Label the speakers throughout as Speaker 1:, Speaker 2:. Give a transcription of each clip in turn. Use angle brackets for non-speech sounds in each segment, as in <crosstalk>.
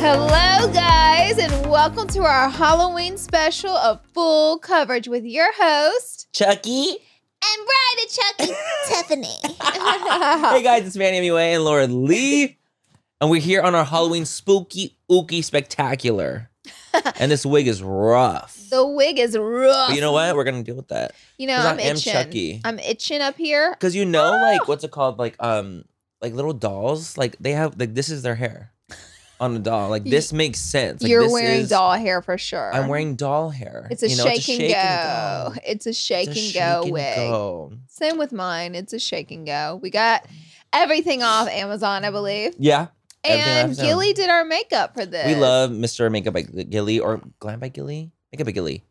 Speaker 1: Hello, guys, and welcome to our Halloween special of full coverage with your host
Speaker 2: Chucky.
Speaker 3: And Bride of Chucky,
Speaker 1: <laughs>
Speaker 3: Tiffany.
Speaker 2: hey guys, it's Manny Mua and
Speaker 1: <laughs>
Speaker 2: Laura Lee, and we're here on our Halloween spooky
Speaker 1: <laughs>
Speaker 2: ooky spectacular. and this wig is rough.
Speaker 1: The wig is rough.
Speaker 2: But you know what? We're gonna deal with that
Speaker 1: You know,
Speaker 2: 'Cause I
Speaker 1: I'm
Speaker 2: am
Speaker 1: itching.
Speaker 2: Chucky.
Speaker 1: I'm itching up here.
Speaker 2: because you know,
Speaker 1: Ah.
Speaker 2: like what's it called? Like um, like little dolls. Like they have like this is their hair on a
Speaker 1: <laughs>
Speaker 2: doll. Like
Speaker 1: Y-
Speaker 2: this makes sense. Like,
Speaker 1: You're
Speaker 2: this
Speaker 1: wearing
Speaker 2: is-
Speaker 1: doll hair for sure.
Speaker 2: I'm wearing doll hair.
Speaker 1: It's a
Speaker 2: you know,
Speaker 1: shake and <laughs>
Speaker 2: doll.
Speaker 1: go. It's a shake
Speaker 2: It's a
Speaker 1: and go
Speaker 2: shake and
Speaker 1: wig.
Speaker 2: go.
Speaker 1: Same with mine. It's a shake and go. We got everything off Amazon, I believe.
Speaker 2: Yeah, Everything off
Speaker 1: And
Speaker 2: Amazon.
Speaker 1: Gilly did our makeup for this.
Speaker 2: we love Mr. Makeup by Gilly or Glam by Gilly. Makeup by Gilly.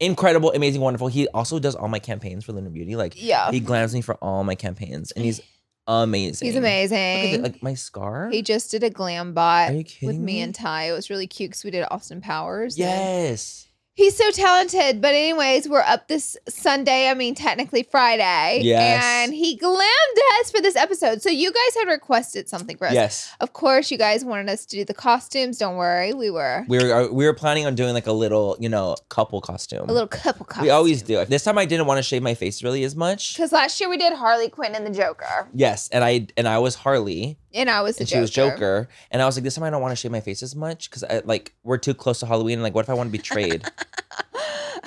Speaker 2: Incredible, amazing, wonderful. He also does all my campaigns for Lunar Beauty. Like
Speaker 1: Yeah.
Speaker 2: he glams me for all my campaigns, and he's amazing.
Speaker 1: He's
Speaker 2: Look at
Speaker 1: amazing.
Speaker 2: the, like my scar.
Speaker 1: he just did a glam
Speaker 2: Are
Speaker 1: bot
Speaker 2: you
Speaker 1: with
Speaker 2: kidding
Speaker 1: me and Ty. It was really cute because we did Austin Powers. and-
Speaker 2: yes.
Speaker 1: He's so talented. But anyways, we're up this Sunday. I mean, technically Friday.
Speaker 2: Yes.
Speaker 1: And he glammed us for this episode. So you guys had requested something for us.
Speaker 2: Yes.
Speaker 1: Of course, you guys wanted us to do the costumes. Don't worry, we were
Speaker 2: We were we were planning on doing like a little, you know, couple costume.
Speaker 1: a little couple costume.
Speaker 2: we always do. This time I didn't want to shave my face really as much.
Speaker 1: Because last year we did Harley Quinn and the Joker,
Speaker 2: Yes, and I and I was Harley,
Speaker 1: and I was the
Speaker 2: and she
Speaker 1: Joker.
Speaker 2: was Joker, and I was like, this time I don't want to shave my face as much because like we're too close to Halloween. And like, what if I want to
Speaker 1: <laughs>
Speaker 2: be betrayed?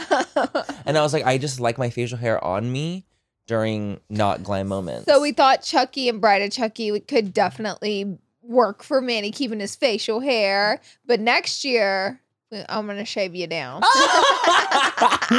Speaker 2: <laughs> and I was like, I just like my facial hair on me during not glam moments.
Speaker 1: so
Speaker 2: <laughs>
Speaker 1: we thought Chucky and Bride of Chucky would- could definitely work for Manny keeping his facial hair, but next year I'm gonna shave you down.
Speaker 2: Ah! no,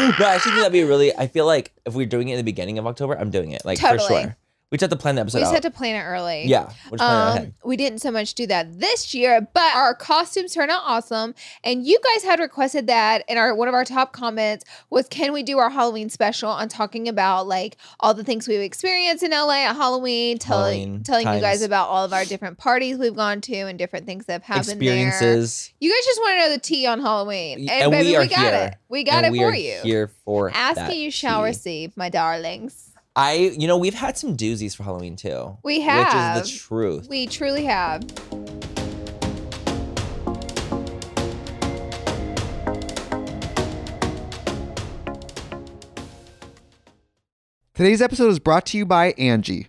Speaker 2: I actually think that'd be really. I feel like if we're doing it in the beginning of October, I'm doing it like
Speaker 1: Totally.
Speaker 2: for sure. We just have to plan the episode
Speaker 1: we just
Speaker 2: out.
Speaker 1: had to plan it early.
Speaker 2: yeah, we're just planning it
Speaker 1: Um,
Speaker 2: ahead.
Speaker 1: we didn't so much do that this year, but our costumes turned out awesome. And you guys had requested that, and our one of our top comments was, "Can we do our Halloween special on talking about like all the things we've experienced in LA at Halloween, telling
Speaker 2: Halloween
Speaker 1: telling you guys
Speaker 2: times.
Speaker 1: about all of our different parties we've gone to and different things that have happened there."
Speaker 2: Experiences,
Speaker 1: You guys just want to know the tea on Halloween,
Speaker 2: Y-
Speaker 1: and,
Speaker 2: and we
Speaker 1: baby, we,
Speaker 2: are
Speaker 1: got
Speaker 2: here.
Speaker 1: it. We got
Speaker 2: and
Speaker 1: it
Speaker 2: we
Speaker 1: for
Speaker 2: are
Speaker 1: you.
Speaker 2: Here for that
Speaker 1: Asking you shall
Speaker 2: tea.
Speaker 1: receive, my darlings.
Speaker 2: I, you know, we've had some doozies for Halloween too.
Speaker 1: We have.
Speaker 2: which is the truth.
Speaker 1: We truly have.
Speaker 4: Today's episode is brought to you by Angie.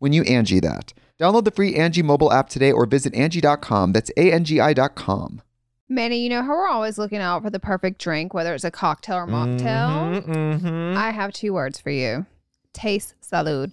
Speaker 4: when you Angie that. Download the free Angie mobile app today or visit Angie.com. That's A-N-G-I dot com.
Speaker 1: Manny, you know how we're always looking out for the perfect drink, whether it's a cocktail or mocktail?
Speaker 2: Mhm, mhm.
Speaker 1: I have two words for you. Taste salud.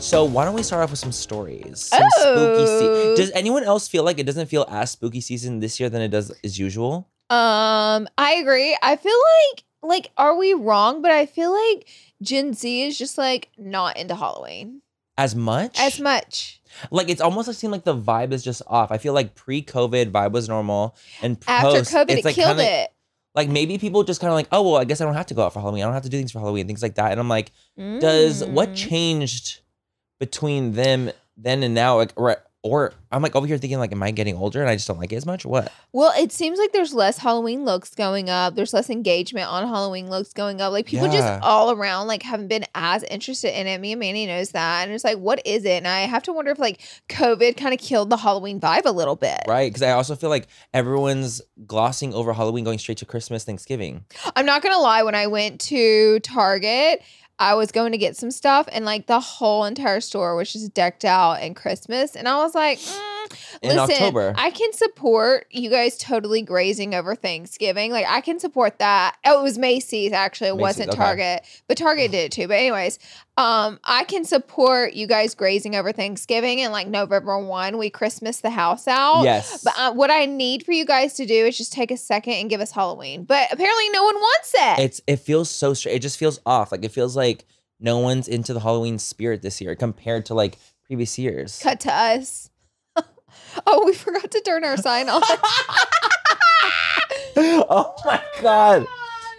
Speaker 2: So why don't we start off with some stories? Some spooky
Speaker 1: Oh.
Speaker 2: se- Does anyone else feel like it doesn't feel as spooky season this year than it does as usual?
Speaker 1: Um, I agree. I feel like like are we wrong? But I feel like Gen Z is just like not into Halloween
Speaker 2: As much?
Speaker 1: as much.
Speaker 2: Like it's almost like seemed like the vibe is just off. I feel like pre-COVID vibe was normal and
Speaker 1: After
Speaker 2: post,
Speaker 1: COVID,
Speaker 2: it's
Speaker 1: it
Speaker 2: like
Speaker 1: killed
Speaker 2: kinda-
Speaker 1: it.
Speaker 2: Like maybe people just kind of like, oh well, I guess I don't have to go out for Halloween. I don't have to do things for Halloween, things like that. And I'm like, does what
Speaker 1: Mm.
Speaker 2: changed between them then and now? Like or, or I'm like over here thinking like, am I getting older and I just don't like it as much? Or what?
Speaker 1: Well, it seems like there's less Halloween looks going up. There's less engagement on Halloween looks going up. Like people
Speaker 2: Yeah.
Speaker 1: just all around like haven't been as interested in it. Me and Manny knows that, and it's like, what is it? And I have to wonder if like COVID kind of killed the Halloween vibe a little bit.
Speaker 2: Right? Because I also feel like everyone's glossing over Halloween, going straight to Christmas, Thanksgiving.
Speaker 1: I'm not gonna lie, when I went to Target, I was going to get some stuff, and like the whole entire store was just decked out in Christmas, and I was like, mm,
Speaker 2: In
Speaker 1: listen,
Speaker 2: October.
Speaker 1: I can support you guys totally grazing over Thanksgiving. Like I can support that. Oh, it was Macy's actually. It
Speaker 2: Macy's,
Speaker 1: wasn't
Speaker 2: okay.
Speaker 1: Target, but Target did it too. But anyways, um, I can support you guys grazing over Thanksgiving, and like November one, we Christmas the house out.
Speaker 2: yes.
Speaker 1: But uh, what I need for you guys to do is just take a second and give us Halloween. But apparently, no one wants it.
Speaker 2: it's it feels so strange. It just feels off. Like it feels like no one's into the Halloween spirit this year compared to like previous years.
Speaker 1: Cut to us. <laughs> oh, we forgot to turn our sign on.
Speaker 2: <laughs> oh my god.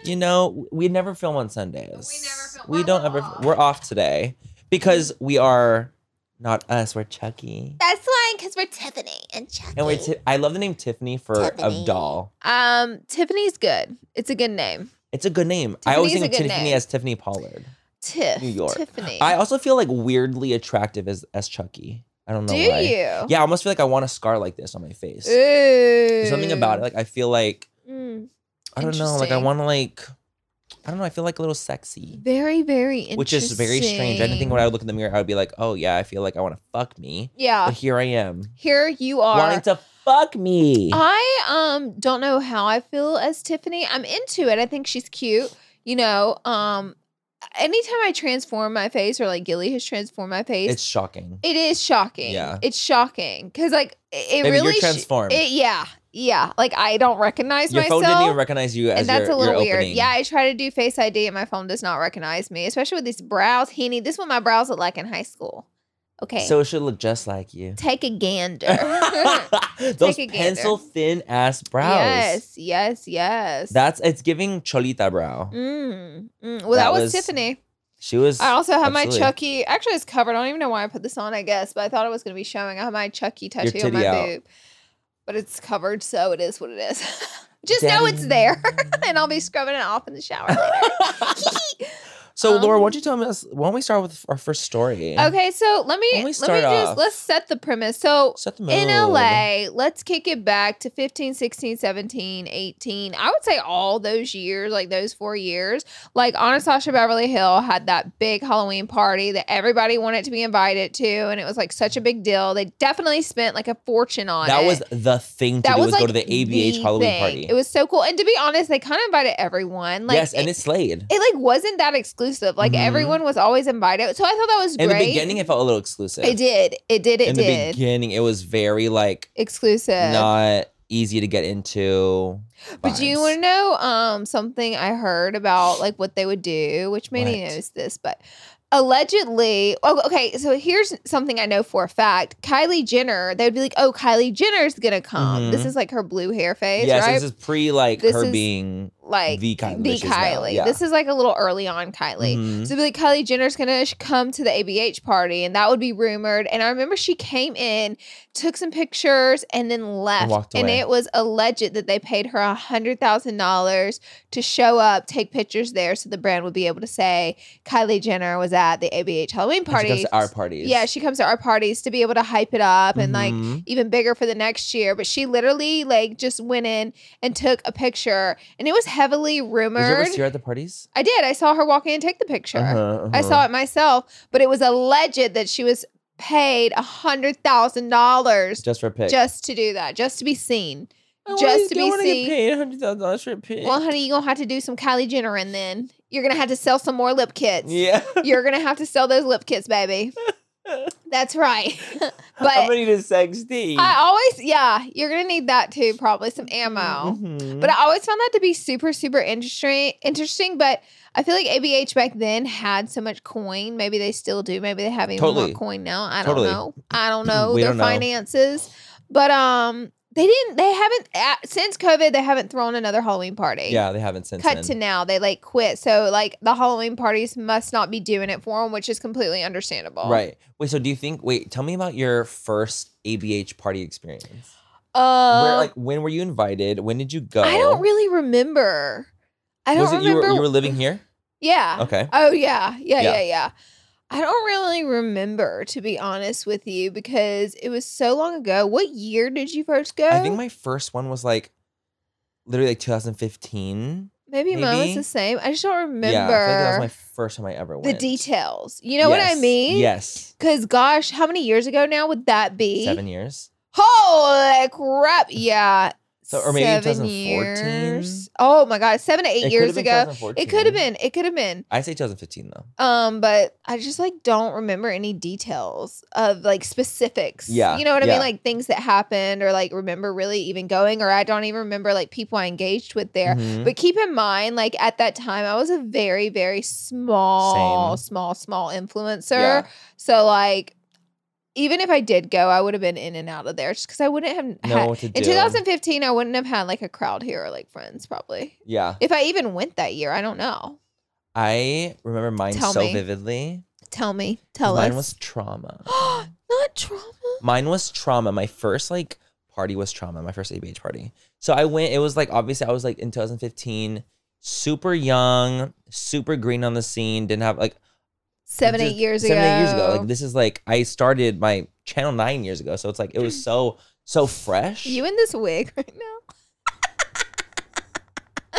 Speaker 2: You know, we never film on Sundays.
Speaker 1: film-
Speaker 2: We
Speaker 1: we're
Speaker 2: don't ever
Speaker 1: off.
Speaker 2: we're off today because we are not us, we're Chucky.
Speaker 3: <laughs> That's why, because we're Tiffany and Chucky.
Speaker 2: And we're ti- I love the name Tiffany for a
Speaker 3: Tiffany.
Speaker 2: doll.
Speaker 1: um, Tiffany's good. It's a good name.
Speaker 2: It's a good name. I always
Speaker 1: Tiffany's
Speaker 2: think
Speaker 1: a
Speaker 2: of
Speaker 1: good
Speaker 2: Tiffany
Speaker 1: name.
Speaker 2: as Tiffany Pollard.
Speaker 1: Tiff.
Speaker 2: New York.
Speaker 1: Tiffany.
Speaker 2: I also feel like weirdly attractive as as Chucky. I don't know
Speaker 1: Do
Speaker 2: why.
Speaker 1: you?
Speaker 2: Yeah, I almost feel like I want a scar like this on my face.
Speaker 1: Ooh.
Speaker 2: There's something about it. Like I feel like
Speaker 1: Mm.
Speaker 2: I don't know. Like I
Speaker 1: Interesting.
Speaker 2: want to like I don't know. I feel like a little sexy,
Speaker 1: Very, very interesting.
Speaker 2: which is very strange. I didn't think when I would look in the mirror, I would be like, oh yeah, I feel like I want to fuck me, but
Speaker 1: Yeah.
Speaker 2: here I am
Speaker 1: Here you Ah. are.
Speaker 2: wanting to fuck me.
Speaker 1: I um don't know how I feel as Tiffany. I'm into it. I think she's cute. You know, um anytime I transform my face or like Gilly has transformed my face,
Speaker 2: it's shocking.
Speaker 1: it is shocking.
Speaker 2: Yeah.
Speaker 1: It's shocking cuz like it, it
Speaker 2: Maybe
Speaker 1: really
Speaker 2: you're
Speaker 1: sh-
Speaker 2: transformed.
Speaker 1: it- yeah. Yeah, like I don't recognize
Speaker 2: your phone
Speaker 1: myself.
Speaker 2: didn't even recognize you as
Speaker 1: and that's
Speaker 2: your,
Speaker 1: a little
Speaker 2: your
Speaker 1: weird.
Speaker 2: opening.
Speaker 1: Yeah, I try to do Face ID and my phone does not recognize me, especially with these brows. Heaney, this is what my brows look like in high school. Okay.
Speaker 2: So it should look just like you.
Speaker 1: <laughs> take a gander.
Speaker 2: Those
Speaker 1: Take a gander.
Speaker 2: pencil thin ass <laughs> brows.
Speaker 1: <laughs> Yes, yes, yes.
Speaker 2: That's it's giving Cholita brow.
Speaker 1: Mm, mm. Well,
Speaker 2: That
Speaker 1: that, was,
Speaker 2: was-
Speaker 1: Tiffany.
Speaker 2: She was.
Speaker 1: I also have
Speaker 2: absolutely.
Speaker 1: my Chucky. Actually, it's covered. I don't even know why I put this on. I guess, but I thought it was going to be showing. I have my Chucky tattoo on
Speaker 2: titty
Speaker 1: my
Speaker 2: out.
Speaker 1: boob, but it's covered, so it is what it is. <laughs> Just know it's <laughs>
Speaker 2: Damn. <laughs>
Speaker 1: there, and I'll be scrubbing it off in the shower later.
Speaker 2: So,
Speaker 1: <laughs> Um,
Speaker 2: Laura, why don't you tell us? Why don't we start with our first story?
Speaker 1: Okay, so let me let
Speaker 2: Let me
Speaker 1: me just
Speaker 2: start off.
Speaker 1: let's set the premise. So
Speaker 2: Set the mood.
Speaker 1: in LA, let's kick it back to 15, 16, 17, 18. I would say all those years, like those four years, like Anastasia Beverly Hill had that big Halloween party that everybody wanted to be invited to, and it was like such a big deal. They definitely spent like a fortune on
Speaker 2: That
Speaker 1: it.
Speaker 2: was the thing to
Speaker 1: that
Speaker 2: do
Speaker 1: was
Speaker 2: was
Speaker 1: like
Speaker 2: go to the ABH Halloween
Speaker 1: thing.
Speaker 2: party.
Speaker 1: It was so cool, and to be honest, they kind of invited everyone. Like,
Speaker 2: yes, and
Speaker 1: it,
Speaker 2: it slayed.
Speaker 1: it like wasn't that exclusive. Like
Speaker 2: Mhm.
Speaker 1: everyone was always invited, so I thought that was
Speaker 2: In
Speaker 1: great.
Speaker 2: the beginning, it felt a little exclusive.
Speaker 1: It did. It did. It
Speaker 2: In the
Speaker 1: did.
Speaker 2: beginning, it was very like
Speaker 1: Exclusive.
Speaker 2: not easy to get into.
Speaker 1: but do you
Speaker 2: vibes.
Speaker 1: want to know um something I heard about like what they would do, which Manny
Speaker 2: What?
Speaker 1: knows this, but allegedly, oh, okay. So here's something I know for a fact: Kylie Jenner. They would be like, "Oh, Kylie Jenner's gonna come." This
Speaker 2: Mhm.
Speaker 1: is like her blue hair phase,
Speaker 2: Yes,
Speaker 1: right?
Speaker 2: this is pre like
Speaker 1: This
Speaker 2: her
Speaker 1: is
Speaker 2: being.
Speaker 1: like
Speaker 2: the Kylie
Speaker 1: The
Speaker 2: she's now,
Speaker 1: Kylie.
Speaker 2: yeah.
Speaker 1: This is like a little early on Kylie.
Speaker 2: Mhm.
Speaker 1: So be like Kylie Jenner's gonna sh- come to the ABH party, and that would be rumored. And I remember she came in, took some pictures, and then left.
Speaker 2: walked away.
Speaker 1: it was alleged that they paid her a hundred thousand dollars to show up, take pictures there, so the brand would be able to say Kylie Jenner was at the ABH Halloween
Speaker 2: And she
Speaker 1: party.
Speaker 2: comes to our parties.
Speaker 1: yeah, she comes to our parties to be able to hype it up and like
Speaker 2: Mhm.
Speaker 1: even bigger for the next year. But she literally like just went in and took a picture, and it was heavily
Speaker 2: Did you ever
Speaker 1: rumored.
Speaker 2: see her at the parties?
Speaker 1: I did. I saw her walk in and take the picture.
Speaker 2: Uh-huh,
Speaker 1: I
Speaker 2: uh-huh.
Speaker 1: saw it myself, but it was alleged that she was paid a hundred thousand dollars
Speaker 2: just for a pic.
Speaker 1: just to do that, just to be seen.
Speaker 2: I wanna-
Speaker 1: just to
Speaker 2: I
Speaker 1: be
Speaker 2: wanna
Speaker 1: seen.
Speaker 2: Get paid hundred thousand dollars for a pic.
Speaker 1: Well, honey, you're gonna have to do some Kylie Jenner and then you're gonna have to sell some more lip kits. <laughs>
Speaker 2: yeah. <laughs>
Speaker 1: You're gonna have to sell those lip kits, baby. That's right. <laughs> but-
Speaker 2: I'm gonna need a sex D.
Speaker 1: I always yeah, you're gonna need that too, probably some ammo.
Speaker 2: Mhm.
Speaker 1: But I always found that to be super, super interesting. Interesting, but I feel like ABH back then had so much coin. Maybe they still do. Maybe they have even
Speaker 2: Totally.
Speaker 1: more coin now. I
Speaker 2: Totally.
Speaker 1: don't know. I
Speaker 2: <clears throat>
Speaker 1: don't know
Speaker 2: We
Speaker 1: their
Speaker 2: don't know.
Speaker 1: finances. But um, they didn't. They haven't at, since COVID. They haven't thrown another Halloween party.
Speaker 2: yeah, they haven't since.
Speaker 1: Cut
Speaker 2: then.
Speaker 1: to now, they like quit. So like the Halloween parties must not be doing it for them, which is completely understandable.
Speaker 2: Right. Wait. So do you think? Wait. Tell me about your first ABH party experience.
Speaker 1: Uh,
Speaker 2: Where, like, when were you invited? When did you go?
Speaker 1: I don't really remember. I don't
Speaker 2: Was it
Speaker 1: remember.
Speaker 2: you were you were living here?
Speaker 1: yeah.
Speaker 2: Okay.
Speaker 1: Oh yeah, yeah,
Speaker 2: Yeah.
Speaker 1: yeah, yeah. I don't really remember to be honest with you because it was so long ago. What year did you first go?
Speaker 2: I think my first one was like literally like 2015.
Speaker 1: maybe, mine was
Speaker 2: maybe-
Speaker 1: the same. I just don't remember
Speaker 2: Yeah, I feel like that was my first time I ever
Speaker 1: the
Speaker 2: went.
Speaker 1: details. You know what I
Speaker 2: Yes,
Speaker 1: mean?
Speaker 2: Yes.
Speaker 1: Cause gosh, how many years ago now would that be?
Speaker 2: Seven years.
Speaker 1: Holy crap! Yeah.
Speaker 2: So- or maybe 2014?
Speaker 1: years. Oh my god, seven to eight
Speaker 2: It could've
Speaker 1: years
Speaker 2: been
Speaker 1: ago. It could have
Speaker 2: 2014.
Speaker 1: been. It could have been.
Speaker 2: I say 2015 though.
Speaker 1: Um, but I just like don't remember any details of like specifics.
Speaker 2: Yeah,
Speaker 1: You know what I
Speaker 2: yeah.
Speaker 1: mean? Like things that happened or like remember really even going, or I don't even remember like people I engaged with there.
Speaker 2: Mhm.
Speaker 1: But keep in mind, like at that time, I was a very, very small, small, small influencer.
Speaker 2: Yeah.
Speaker 1: So like even if I did go, I would have been in and out of there just because I wouldn't have <laughs>
Speaker 2: Know
Speaker 1: had
Speaker 2: what to
Speaker 1: in
Speaker 2: do.
Speaker 1: 2015, I wouldn't have had like a crowd here or like friends probably.
Speaker 2: Yeah.
Speaker 1: If I even went that year, I don't know.
Speaker 2: I remember mine
Speaker 1: Tell
Speaker 2: so
Speaker 1: me.
Speaker 2: vividly.
Speaker 1: Tell me. Tell
Speaker 2: mine
Speaker 1: us.
Speaker 2: was trauma.
Speaker 1: <gasps> Not trauma.
Speaker 2: mine was trauma. My first like party was trauma. My first ABH party. So I went. It was like obviously I was like in 2015, super young, super green on the scene. Didn't have like
Speaker 1: Seven,
Speaker 2: This
Speaker 1: eight
Speaker 2: is-
Speaker 1: years
Speaker 2: seven,
Speaker 1: ago.
Speaker 2: eight years ago. Like this is like I started my channel nine years ago, so it's like it
Speaker 1: <clears throat>
Speaker 2: was so so
Speaker 1: <laughs>
Speaker 2: fresh.
Speaker 1: you in this wig right now. <laughs>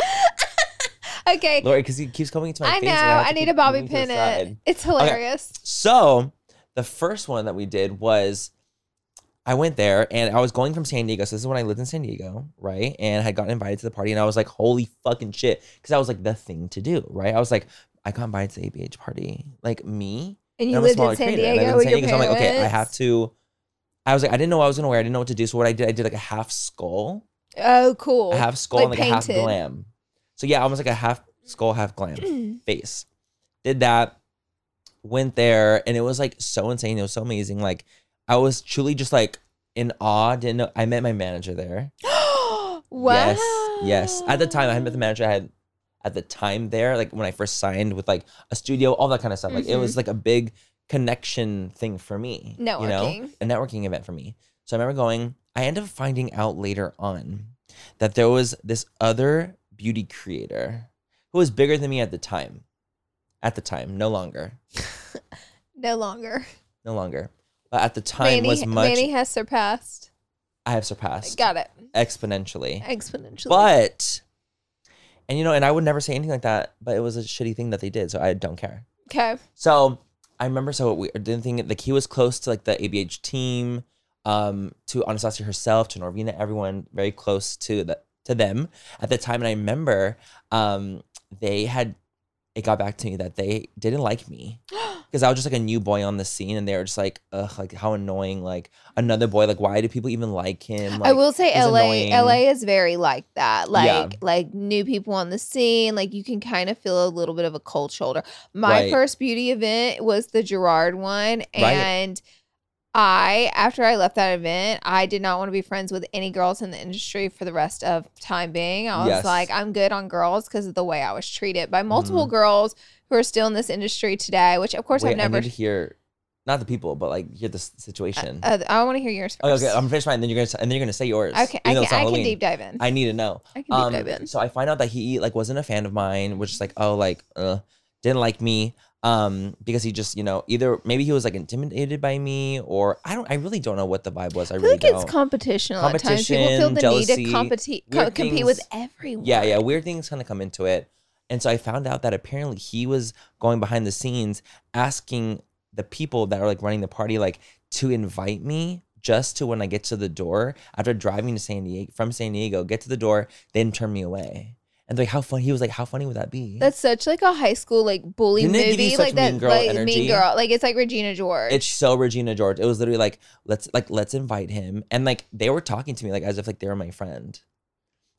Speaker 1: okay.
Speaker 2: Lori, because he keeps coming into my
Speaker 1: I
Speaker 2: face.
Speaker 1: know.
Speaker 2: and have
Speaker 1: I
Speaker 2: to
Speaker 1: need
Speaker 2: keep
Speaker 1: a bobby
Speaker 2: moving to the
Speaker 1: pin it.
Speaker 2: side.
Speaker 1: It's hilarious.
Speaker 2: So the first one that we did was I went there and I was going from San Diego. So this is when I lived in San Diego, right? And I had gotten invited to the party and I was like, holy fucking shit. Cause I was like the thing to do, right? I was like, I got invited to the ABH party. Like me.
Speaker 1: And you
Speaker 2: I'm a
Speaker 1: lived in
Speaker 2: smaller
Speaker 1: San
Speaker 2: creator, and I
Speaker 1: Diego
Speaker 2: lived
Speaker 1: with
Speaker 2: in
Speaker 1: your
Speaker 2: San so I'm
Speaker 1: parents.
Speaker 2: like, okay, I have to. I was like, I didn't know what I was gonna wear. I didn't know what to do. So what I did, I did like a half skull,
Speaker 1: Oh, cool.
Speaker 2: a half skull,
Speaker 1: Like
Speaker 2: and like a half
Speaker 1: painted.
Speaker 2: glam. So yeah, almost like a half skull, half glam face. Did that, went there, and it was like so insane. It was so amazing. Like I was truly just like in awe. Didn't know. I met my manager there.
Speaker 1: <gasps> wow.
Speaker 2: Yes. Yes. At the time, I had met the manager I had at the time there, like when I first signed with like a studio, all that kind of stuff. Like it
Speaker 1: Mhm.
Speaker 2: was like a big connection thing for me. You know?
Speaker 1: Networking.
Speaker 2: A networking event for me. So I remember going, I ended up finding out later on that there was this other beauty creator who was bigger than me at the time. at the time, no longer,
Speaker 1: No longer.
Speaker 2: no longer. But at the time
Speaker 1: Manny,
Speaker 2: was much.
Speaker 1: Manny has surpassed.
Speaker 2: I have surpassed
Speaker 1: Got it.
Speaker 2: exponentially.
Speaker 1: Exponentially.
Speaker 2: But and you know, and I would never say anything like that. But it was a shitty thing that they did, so I don't care.
Speaker 1: okay.
Speaker 2: So I remember. So we didn't think the key was close to like the ABH team, um, to Anastasia herself, to Norvina, everyone very close to the to them at the time. And I remember, um, they had it got back to me that they didn't
Speaker 1: <gasps>
Speaker 2: like me because I was just like a new boy on the scene, and they were just like, ugh, like how annoying, like another boy, like why do people even like him? Like,
Speaker 1: I will say
Speaker 2: he's
Speaker 1: LA
Speaker 2: annoying.
Speaker 1: LA is very like that. Like
Speaker 2: Yeah.
Speaker 1: like new people on the scene. Like you can kind of feel a little bit of a cold shoulder. My
Speaker 2: Right.
Speaker 1: first beauty event was the Gerard one. And I after I left that event, I did not want to be friends with any girls in the industry for the rest of time being. I was
Speaker 2: Yes.
Speaker 1: like, I'm good on girls because of the way I was treated by multiple girls who are still in this industry today, which of course
Speaker 2: Mm. Wait,
Speaker 1: I've never
Speaker 2: I need to hear, not the people, but like hear the s- situation.
Speaker 1: uh, I want to hear yours
Speaker 2: Okay,
Speaker 1: first.
Speaker 2: okay, I'm gonna finish mine. Then you're gonna s- and then you're gonna say yours.
Speaker 1: Okay, I
Speaker 2: even though
Speaker 1: can,
Speaker 2: it's
Speaker 1: I can
Speaker 2: Halloween.
Speaker 1: deep dive in.
Speaker 2: I need to know.
Speaker 1: I can deep
Speaker 2: Um,
Speaker 1: dive in.
Speaker 2: so I find out that he like wasn't a fan of mine, which is like, oh, like, uh, didn't like me, um, because he just, you know, either maybe he was like intimidated by me, or I don't, I really don't know what the vibe was. I,
Speaker 1: I feel
Speaker 2: really
Speaker 1: like it's
Speaker 2: don't.
Speaker 1: competition a lot of times. People feel the
Speaker 2: Competition,
Speaker 1: need to
Speaker 2: jealousy,
Speaker 1: compete, co-
Speaker 2: weird
Speaker 1: compete with
Speaker 2: things.
Speaker 1: everyone.
Speaker 2: yeah, yeah, weird things kind of come into it, and so I found out that apparently he was going behind the scenes asking the people that are like running the party like to invite me just to when I get to the door after driving to San Diego from San Diego, get to the door, then turn me away. And they're like, how fun? He was like, how funny would that be?
Speaker 1: That's such like a high school like bully
Speaker 2: Didn't it give you
Speaker 1: movie,
Speaker 2: such
Speaker 1: like that,
Speaker 2: Mean Girl
Speaker 1: like
Speaker 2: energy?
Speaker 1: mean girl, like it's like Regina George.
Speaker 2: it's so Regina George. It was literally like let's like let's invite him, and like they were talking to me like as if like they were my friend,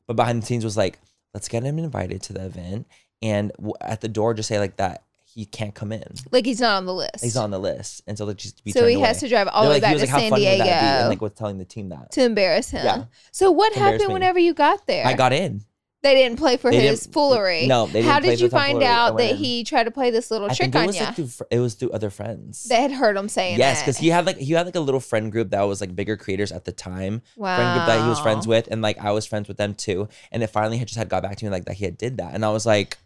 Speaker 2: but behind the scenes was like let's get him invited to the event, and w- at the door just say like that he can't come in.
Speaker 1: like he's not on the list.
Speaker 2: He's on the list, and so like just be
Speaker 1: so
Speaker 2: turned
Speaker 1: he has
Speaker 2: away.
Speaker 1: to drive all the
Speaker 2: They're
Speaker 1: way
Speaker 2: like,
Speaker 1: back
Speaker 2: he was
Speaker 1: to
Speaker 2: like, how
Speaker 1: San
Speaker 2: funny would
Speaker 1: Diego
Speaker 2: that be? And like was telling the team that
Speaker 1: to embarrass him.
Speaker 2: Yeah.
Speaker 1: So what
Speaker 2: To embarrass
Speaker 1: happened
Speaker 2: me.
Speaker 1: whenever you got there?
Speaker 2: I got in.
Speaker 1: they didn't play for
Speaker 2: They
Speaker 1: his
Speaker 2: didn't-
Speaker 1: foolery.
Speaker 2: no, they didn't
Speaker 1: How
Speaker 2: play
Speaker 1: did
Speaker 2: for
Speaker 1: you
Speaker 2: some
Speaker 1: find
Speaker 2: foolery. I
Speaker 1: out
Speaker 2: went
Speaker 1: that
Speaker 2: in.
Speaker 1: he tried to play this little
Speaker 2: I
Speaker 1: trick
Speaker 2: think it
Speaker 1: on
Speaker 2: was
Speaker 1: you?
Speaker 2: like through, fr- it was through other friends.
Speaker 1: They had heard him saying
Speaker 2: yes,
Speaker 1: it.
Speaker 2: because he had like he had like a little friend group that was like bigger creators at the time.
Speaker 1: wow.
Speaker 2: friend group that he was
Speaker 1: Oh.
Speaker 2: friends with, and like I was friends with them too. And it finally had just had got back to me like that he had did that, and I was like,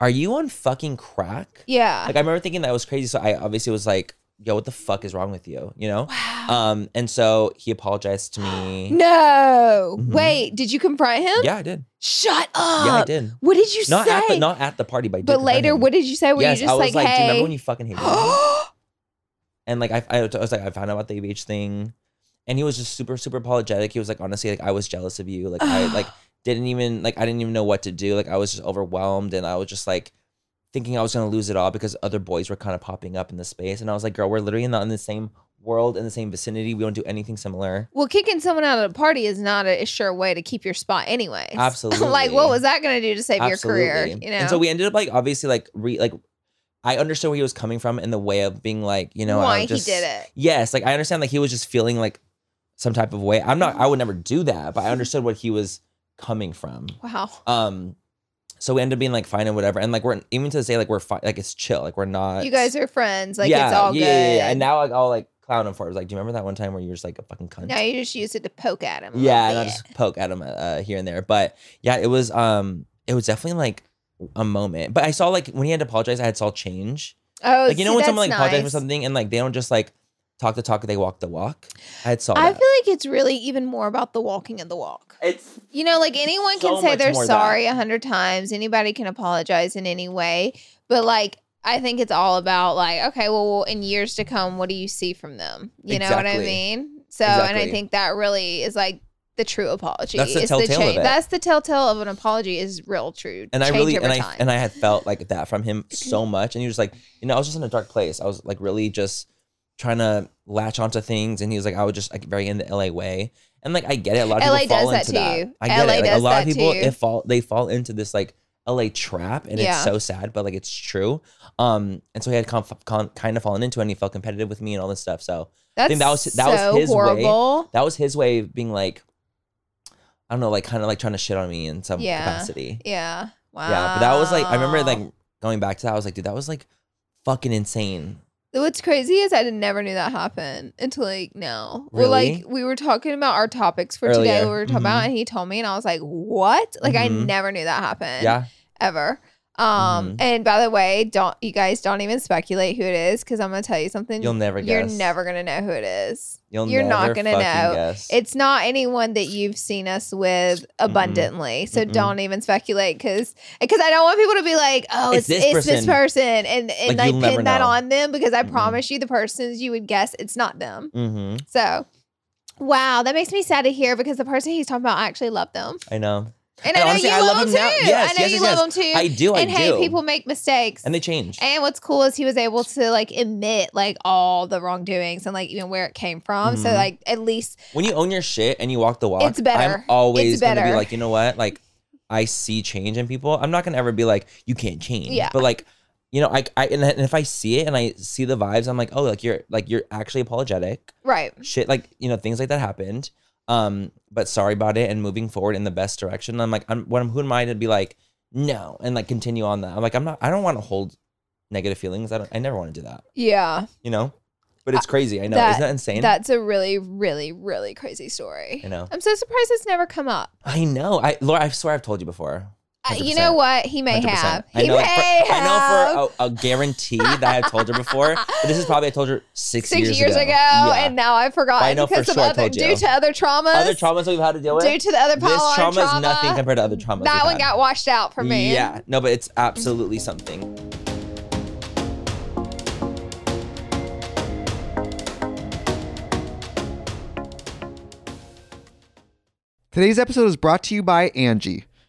Speaker 2: "Are you on fucking crack?"
Speaker 1: Yeah.
Speaker 2: Like I remember thinking that was crazy, so I obviously was like, "Yo, what the fuck is wrong with you?" You know.
Speaker 1: wow.
Speaker 2: Um, and so he apologized to me.
Speaker 1: <gasps> No.
Speaker 2: Mhm.
Speaker 1: Wait, did you confront him?
Speaker 2: Yeah, I did.
Speaker 1: Shut up.
Speaker 2: Yeah, I did.
Speaker 1: What did you
Speaker 2: Not
Speaker 1: say?
Speaker 2: at the not at the party, but I did
Speaker 1: but
Speaker 2: confront
Speaker 1: later,
Speaker 2: him.
Speaker 1: what did you say? Were
Speaker 2: yes,
Speaker 1: you just
Speaker 2: I was like,
Speaker 1: like,
Speaker 2: "Do you remember
Speaker 1: hey?
Speaker 2: when you fucking
Speaker 1: <gasps>
Speaker 2: hated me?" and like I, I was like I found out about the ABH thing, and he was just super super apologetic. He was like, honestly, like I was jealous of you.
Speaker 1: <sighs>
Speaker 2: Like I like didn't even like I didn't even know what to do. Like I was just overwhelmed, and I was just like thinking I was gonna lose it all because other boys were kind of popping up in the space, and I was like, girl, we're literally not in the same world, in the same vicinity. We don't do anything similar.
Speaker 1: well, kicking someone out of a party is not a sure way to keep your spot, anyways. <laughs>
Speaker 2: Absolutely.
Speaker 1: like, what was that going to do to save your career? You know.
Speaker 2: And so we ended up like obviously like re like. I understood where he was coming from in the way of being like, you know, I
Speaker 1: why
Speaker 2: just-
Speaker 1: he did it.
Speaker 2: Yes, like I understand like he was just feeling like some type of way. I'm not I would never do
Speaker 1: <laughs>
Speaker 2: that, but I understood what he was coming from.
Speaker 1: Wow.
Speaker 2: Um so we ended up being like fine and whatever. And like we're even to this day, like we're fine, like it's chill. Like we're not
Speaker 1: You guys are friends. Like,
Speaker 2: yeah,
Speaker 1: it's all
Speaker 2: yeah,
Speaker 1: good.
Speaker 2: Yeah, yeah. And now like I'll like clown him for it. I was like, Do you remember that one time where you were just like a fucking cunt?
Speaker 1: now you just use it to poke at him. a
Speaker 2: yeah,
Speaker 1: little
Speaker 2: and I'll
Speaker 1: bit.
Speaker 2: just poke at him uh, here and there. But yeah, it was um it was definitely like a moment. But I saw like when he had to apologize, I had saw change.
Speaker 1: oh,
Speaker 2: Like you know
Speaker 1: see,
Speaker 2: when someone like
Speaker 1: that's
Speaker 2: apologizes for
Speaker 1: nice.
Speaker 2: something and like they don't just like talk the talk, they walk the walk. I had saw
Speaker 1: I
Speaker 2: that.
Speaker 1: feel like it's really even more about the walking and the walk.
Speaker 2: It's
Speaker 1: You know, like anyone can
Speaker 2: so
Speaker 1: say
Speaker 2: much
Speaker 1: they're
Speaker 2: more that.
Speaker 1: sorry a hundred times. Anybody can apologize in any way, but like I think it's all about like, okay, well, in years to come, what do you see from them? You know what I
Speaker 2: Exactly.
Speaker 1: mean? So, and I
Speaker 2: Exactly.
Speaker 1: think that really is like the true apology.
Speaker 2: That's the
Speaker 1: It's
Speaker 2: telltale of
Speaker 1: change-
Speaker 2: it.
Speaker 1: That's the telltale of an apology is real true.
Speaker 2: and I
Speaker 1: change
Speaker 2: really
Speaker 1: over
Speaker 2: and I
Speaker 1: time.
Speaker 2: and I had felt like that
Speaker 1: <clears throat>
Speaker 2: from him so much. And he was like, you know, I was just in a dark place. I was like really just trying to latch onto things. And he was like, I was just like very in the LA way. And like I get it. A lot of
Speaker 1: LA
Speaker 2: people fall
Speaker 1: does that
Speaker 2: into
Speaker 1: to
Speaker 2: that.
Speaker 1: you.
Speaker 2: I get
Speaker 1: LA
Speaker 2: it. Like, a
Speaker 1: does
Speaker 2: lot of
Speaker 1: that
Speaker 2: people
Speaker 1: to you.
Speaker 2: it fall they fall into this like LA trap, and
Speaker 1: Yeah.
Speaker 2: it's so sad, but like it's true. Um, and so he had conf- con- kind of fallen into it, and he felt competitive with me and all this stuff. So
Speaker 1: that's
Speaker 2: think that was- that was
Speaker 1: so
Speaker 2: his way.
Speaker 1: horrible.
Speaker 2: that was his way of being like, I don't know, like kind of like trying to shit on me in some
Speaker 1: Yeah.
Speaker 2: capacity.
Speaker 1: Yeah. Wow.
Speaker 2: Yeah, but that was like I remember like going back to that. I was like, dude, that was like fucking insane.
Speaker 1: What's crazy is I did- never knew that happened until like now. We're
Speaker 2: Really?
Speaker 1: like we were talking about our topics for today.
Speaker 2: Earlier. Mm-hmm.
Speaker 1: We were talking about, and he told me, and I was like, "What?" Like
Speaker 2: Mhm.
Speaker 1: I never knew that happened.
Speaker 2: yeah, Mm-hmm.
Speaker 1: Ever. Um, and by the way, don't you guys don't even speculate who it is because I'm gonna tell you something.
Speaker 2: You'll never
Speaker 1: You're
Speaker 2: guess.
Speaker 1: never gonna know who it is.
Speaker 2: You'll
Speaker 1: You're not
Speaker 2: never
Speaker 1: gonna
Speaker 2: fucking
Speaker 1: know.
Speaker 2: guess.
Speaker 1: It's not anyone that you've seen us with abundantly. So
Speaker 2: Mm-mm.
Speaker 1: don't even speculate because because I don't want people to be like, oh, it's,
Speaker 2: It's
Speaker 1: it's,
Speaker 2: this
Speaker 1: this
Speaker 2: person.
Speaker 1: person and and
Speaker 2: Like,
Speaker 1: like,
Speaker 2: you'll never
Speaker 1: pin that
Speaker 2: know.
Speaker 1: on them because I
Speaker 2: Mm-mm.
Speaker 1: promise you the persons you would guess it's not them.
Speaker 2: mm-hmm.
Speaker 1: So wow, that makes me sad to hear because the person he's talking about I actually loved them.
Speaker 2: I know.
Speaker 1: And,
Speaker 2: And
Speaker 1: I know
Speaker 2: honestly,
Speaker 1: you
Speaker 2: I
Speaker 1: love,
Speaker 2: love
Speaker 1: them
Speaker 2: him
Speaker 1: too.
Speaker 2: now. Yes,
Speaker 1: I know
Speaker 2: yes,
Speaker 1: you
Speaker 2: yes,
Speaker 1: love
Speaker 2: yes.
Speaker 1: them too.
Speaker 2: I do. I
Speaker 1: and
Speaker 2: do.
Speaker 1: hey, people make mistakes.
Speaker 2: and they change.
Speaker 1: And what's cool is he was able to like admit like all the wrongdoings and like even where it came from. So
Speaker 2: Mhm.
Speaker 1: like at least
Speaker 2: when you own your shit and you walk the walk,
Speaker 1: It's better.
Speaker 2: I'm always
Speaker 1: It's
Speaker 2: gonna
Speaker 1: better.
Speaker 2: be like, you know what? Like, I see change in people. I'm not gonna ever be like, you can't change.
Speaker 1: Yeah.
Speaker 2: But like, you know, I, I and, and if I see it and I see the vibes, I'm like, oh, like you're like you're actually apologetic.
Speaker 1: right.
Speaker 2: Shit, like you know, things like that happened. Um, but sorry about it and moving forward in the best direction. I'm like, I'm what I'm who am I to be like, no, and like continue on that. I'm like, I'm not. I don't want to hold negative feelings. I don't. I never want to do that.
Speaker 1: Yeah.
Speaker 2: You know. But it's crazy. I know.
Speaker 1: Uh, that-
Speaker 2: Isn't that insane?
Speaker 1: That's a really, really, really crazy story.
Speaker 2: I know.
Speaker 1: I'm so surprised it's never come up.
Speaker 2: I know. I Laura, I swear I've told you before.
Speaker 1: Uh, you know
Speaker 2: 100%.
Speaker 1: what? He may
Speaker 2: 100%.
Speaker 1: have.
Speaker 2: I
Speaker 1: He
Speaker 2: know,
Speaker 1: may
Speaker 2: it for, oh,
Speaker 1: have.
Speaker 2: I know for a, a guarantee that I've told her before. But
Speaker 1: <laughs>
Speaker 2: this is probably I told her six,
Speaker 1: six years, ago,
Speaker 2: Yeah.
Speaker 1: and now I've forgotten
Speaker 2: I know for
Speaker 1: because of
Speaker 2: sure I
Speaker 1: other
Speaker 2: told you.
Speaker 1: due to other traumas.
Speaker 2: other traumas that we've had to deal with.
Speaker 1: due to the other
Speaker 2: this
Speaker 1: Palo
Speaker 2: trauma,
Speaker 1: Alto trauma
Speaker 2: is nothing compared to other traumas.
Speaker 1: That
Speaker 2: we've
Speaker 1: one
Speaker 2: had.
Speaker 1: got washed out for me. Mm-hmm.
Speaker 2: Yeah, no, but it's absolutely something.
Speaker 4: Today's episode is brought to you by Angie.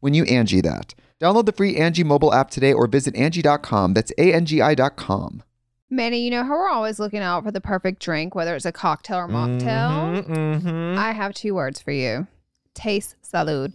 Speaker 4: when you Angie that. Download the free Angie mobile app today or visit Angie.com. That's A-N-G-I dot com.
Speaker 1: Manny, you know how we're always looking out for the perfect drink, whether it's a cocktail or mocktail?
Speaker 2: Mm-hmm,
Speaker 1: I have two words for you. Taste salud.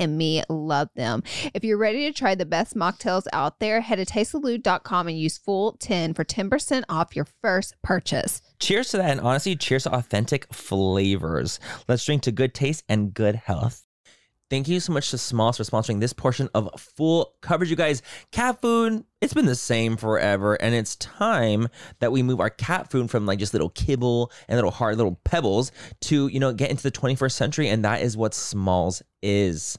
Speaker 1: and me love them. If you're ready to try the best mocktails out there, head to tastesalute.com and use full 10 for 10% off your first purchase.
Speaker 2: Cheers to that, and honestly, cheers to authentic flavors. Let's drink to good taste and good health. Thank you so much to Smalls for sponsoring this portion of full coverage, you guys. Cat food, it's been the same forever, and it's time that we move our cat food from like just little kibble and little hard little pebbles to, you know, get into the 21st century, and that is what Smalls is.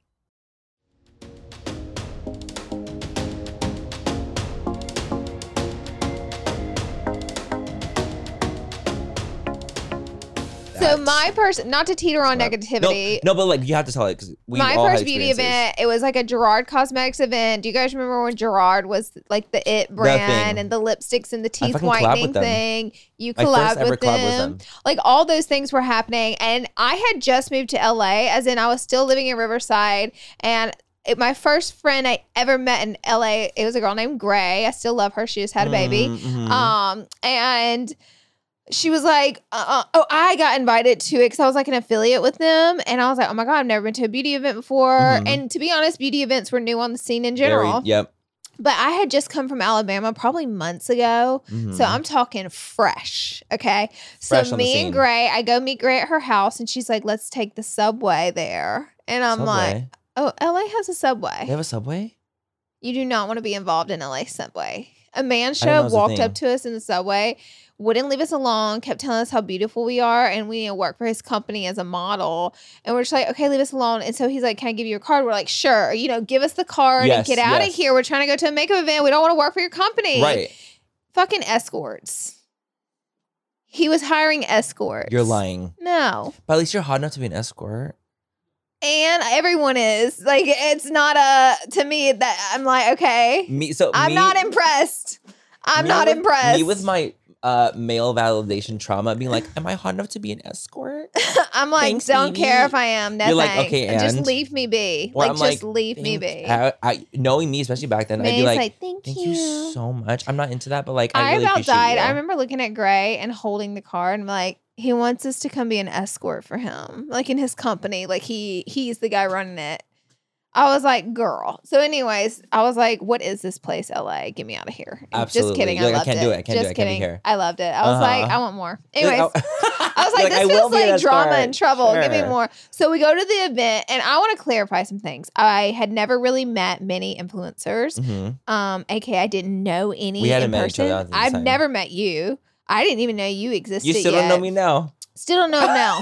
Speaker 1: So my person, not to teeter on
Speaker 2: Right.
Speaker 1: negativity.
Speaker 2: No, no, but like you have to tell it because we
Speaker 1: my
Speaker 2: all had
Speaker 1: first beauty
Speaker 2: experiences.
Speaker 1: event, it was like a Gerard Cosmetics event. Do you guys remember when Gerard was like the it brand
Speaker 2: thing.
Speaker 1: and the lipsticks and the
Speaker 2: I
Speaker 1: teeth
Speaker 2: fucking collabed with
Speaker 1: whitening
Speaker 2: them.
Speaker 1: thing? You
Speaker 2: My
Speaker 1: collabed
Speaker 2: first ever
Speaker 1: with,
Speaker 2: collab was
Speaker 1: them.
Speaker 2: them.
Speaker 1: Like all those things were happening, and I had just moved to LA, as in I was still living in Riverside, and. It, my first friend I ever met in LA, it was a girl named Gray. I still love her. She just had a baby.
Speaker 2: Mm, mhm.
Speaker 1: Um, and she was like, uh, uh, "Oh, I got invited to it because I was like an affiliate with them." And I was like, "Oh my god, I've never been to a beauty event before."
Speaker 2: Mhm.
Speaker 1: And to be honest, beauty events were new on the scene in
Speaker 2: Very-
Speaker 1: general.
Speaker 2: yep.
Speaker 1: But I had just come from Alabama probably months ago.
Speaker 2: Mm-hmm.
Speaker 1: So I'm talking fresh. Okay.
Speaker 2: Fresh
Speaker 1: so
Speaker 2: on the
Speaker 1: me
Speaker 2: scene.
Speaker 1: and Gray, I go meet Gray at her house and she's like, let's take the subway there. And I'm like, oh, LA has a subway.
Speaker 2: they have a subway.
Speaker 1: You do not want to be involved in LA subway. A man showed
Speaker 2: know it
Speaker 1: up,
Speaker 2: was a
Speaker 1: walked
Speaker 2: thing.
Speaker 1: up to us in the subway, wouldn't leave us alone, kept telling us how beautiful we are, and we need to work for his company as a model. And we're just like, okay, leave us alone. And so he's like, Can I give you your card? We're like, sure, you know, give us the card
Speaker 2: Yes,
Speaker 1: and get out
Speaker 2: yes.
Speaker 1: of here. We're trying to go to a makeup event. We don't want to work for your company.
Speaker 2: Right.
Speaker 1: Fucking escorts. He was hiring escorts.
Speaker 2: You're lying.
Speaker 1: No.
Speaker 2: But at least you're hot enough to be an escort.
Speaker 1: And everyone is. Like, it's not a, to me, that I'm like, okay.
Speaker 2: Me. So
Speaker 1: I'm
Speaker 2: me-
Speaker 1: not impressed. I'm
Speaker 2: me
Speaker 1: not
Speaker 2: with-
Speaker 1: impressed.
Speaker 2: Me with my uh, male validation trauma, being like, "Am I hot enough to be an escort?"
Speaker 1: <laughs> <laughs> I'm like,
Speaker 2: Thanks,
Speaker 1: don't
Speaker 2: baby.
Speaker 1: care if I am. No
Speaker 2: You're like,
Speaker 1: thanks.
Speaker 2: okay,
Speaker 1: just
Speaker 2: and?
Speaker 1: leave me be.
Speaker 2: Or
Speaker 1: like,
Speaker 2: I'm
Speaker 1: just
Speaker 2: like,
Speaker 1: leave me
Speaker 2: Thank-
Speaker 1: be.
Speaker 2: I, I, knowing me, especially back then, I'd be
Speaker 1: May's
Speaker 2: like,
Speaker 1: like, thank,
Speaker 2: "Thank
Speaker 1: you.
Speaker 2: you so much." I'm not into that, but like, I,
Speaker 1: I
Speaker 2: really
Speaker 1: about
Speaker 2: appreciate
Speaker 1: died.
Speaker 2: you.
Speaker 1: I remember looking at Gray and holding the card. and I'm like, he wants us to come be an escort for him, like in his company. Like he he's the guy running it. I was like, girl. So, anyways, I was like, what is this place, LA? Get me out of here. And
Speaker 2: Absolutely.
Speaker 1: Just kidding.
Speaker 2: You're
Speaker 1: I
Speaker 2: like, I
Speaker 1: loved
Speaker 2: can't do it. I can't do
Speaker 1: Just
Speaker 2: it. I can't be
Speaker 1: kidding.
Speaker 2: here.
Speaker 1: I loved it. I was like,
Speaker 2: Uh-huh.
Speaker 1: I want more.
Speaker 2: <laughs>
Speaker 1: Anyways, <laughs> I
Speaker 2: I
Speaker 1: was like, this feels like drama and trouble. Give me
Speaker 2: Sure.
Speaker 1: more. So we go to the event, and I want to clarify some things. I had never really met many influencers.
Speaker 2: Mhm.
Speaker 1: Um, aka I didn't know any
Speaker 2: We hadn't
Speaker 1: in
Speaker 2: met each
Speaker 1: person.
Speaker 2: other at the
Speaker 1: I've
Speaker 2: time.
Speaker 1: never met you. I didn't even know you existed.
Speaker 2: You still
Speaker 1: yet.
Speaker 2: don't know me now.
Speaker 1: Still don't know him
Speaker 2: <laughs>
Speaker 1: now.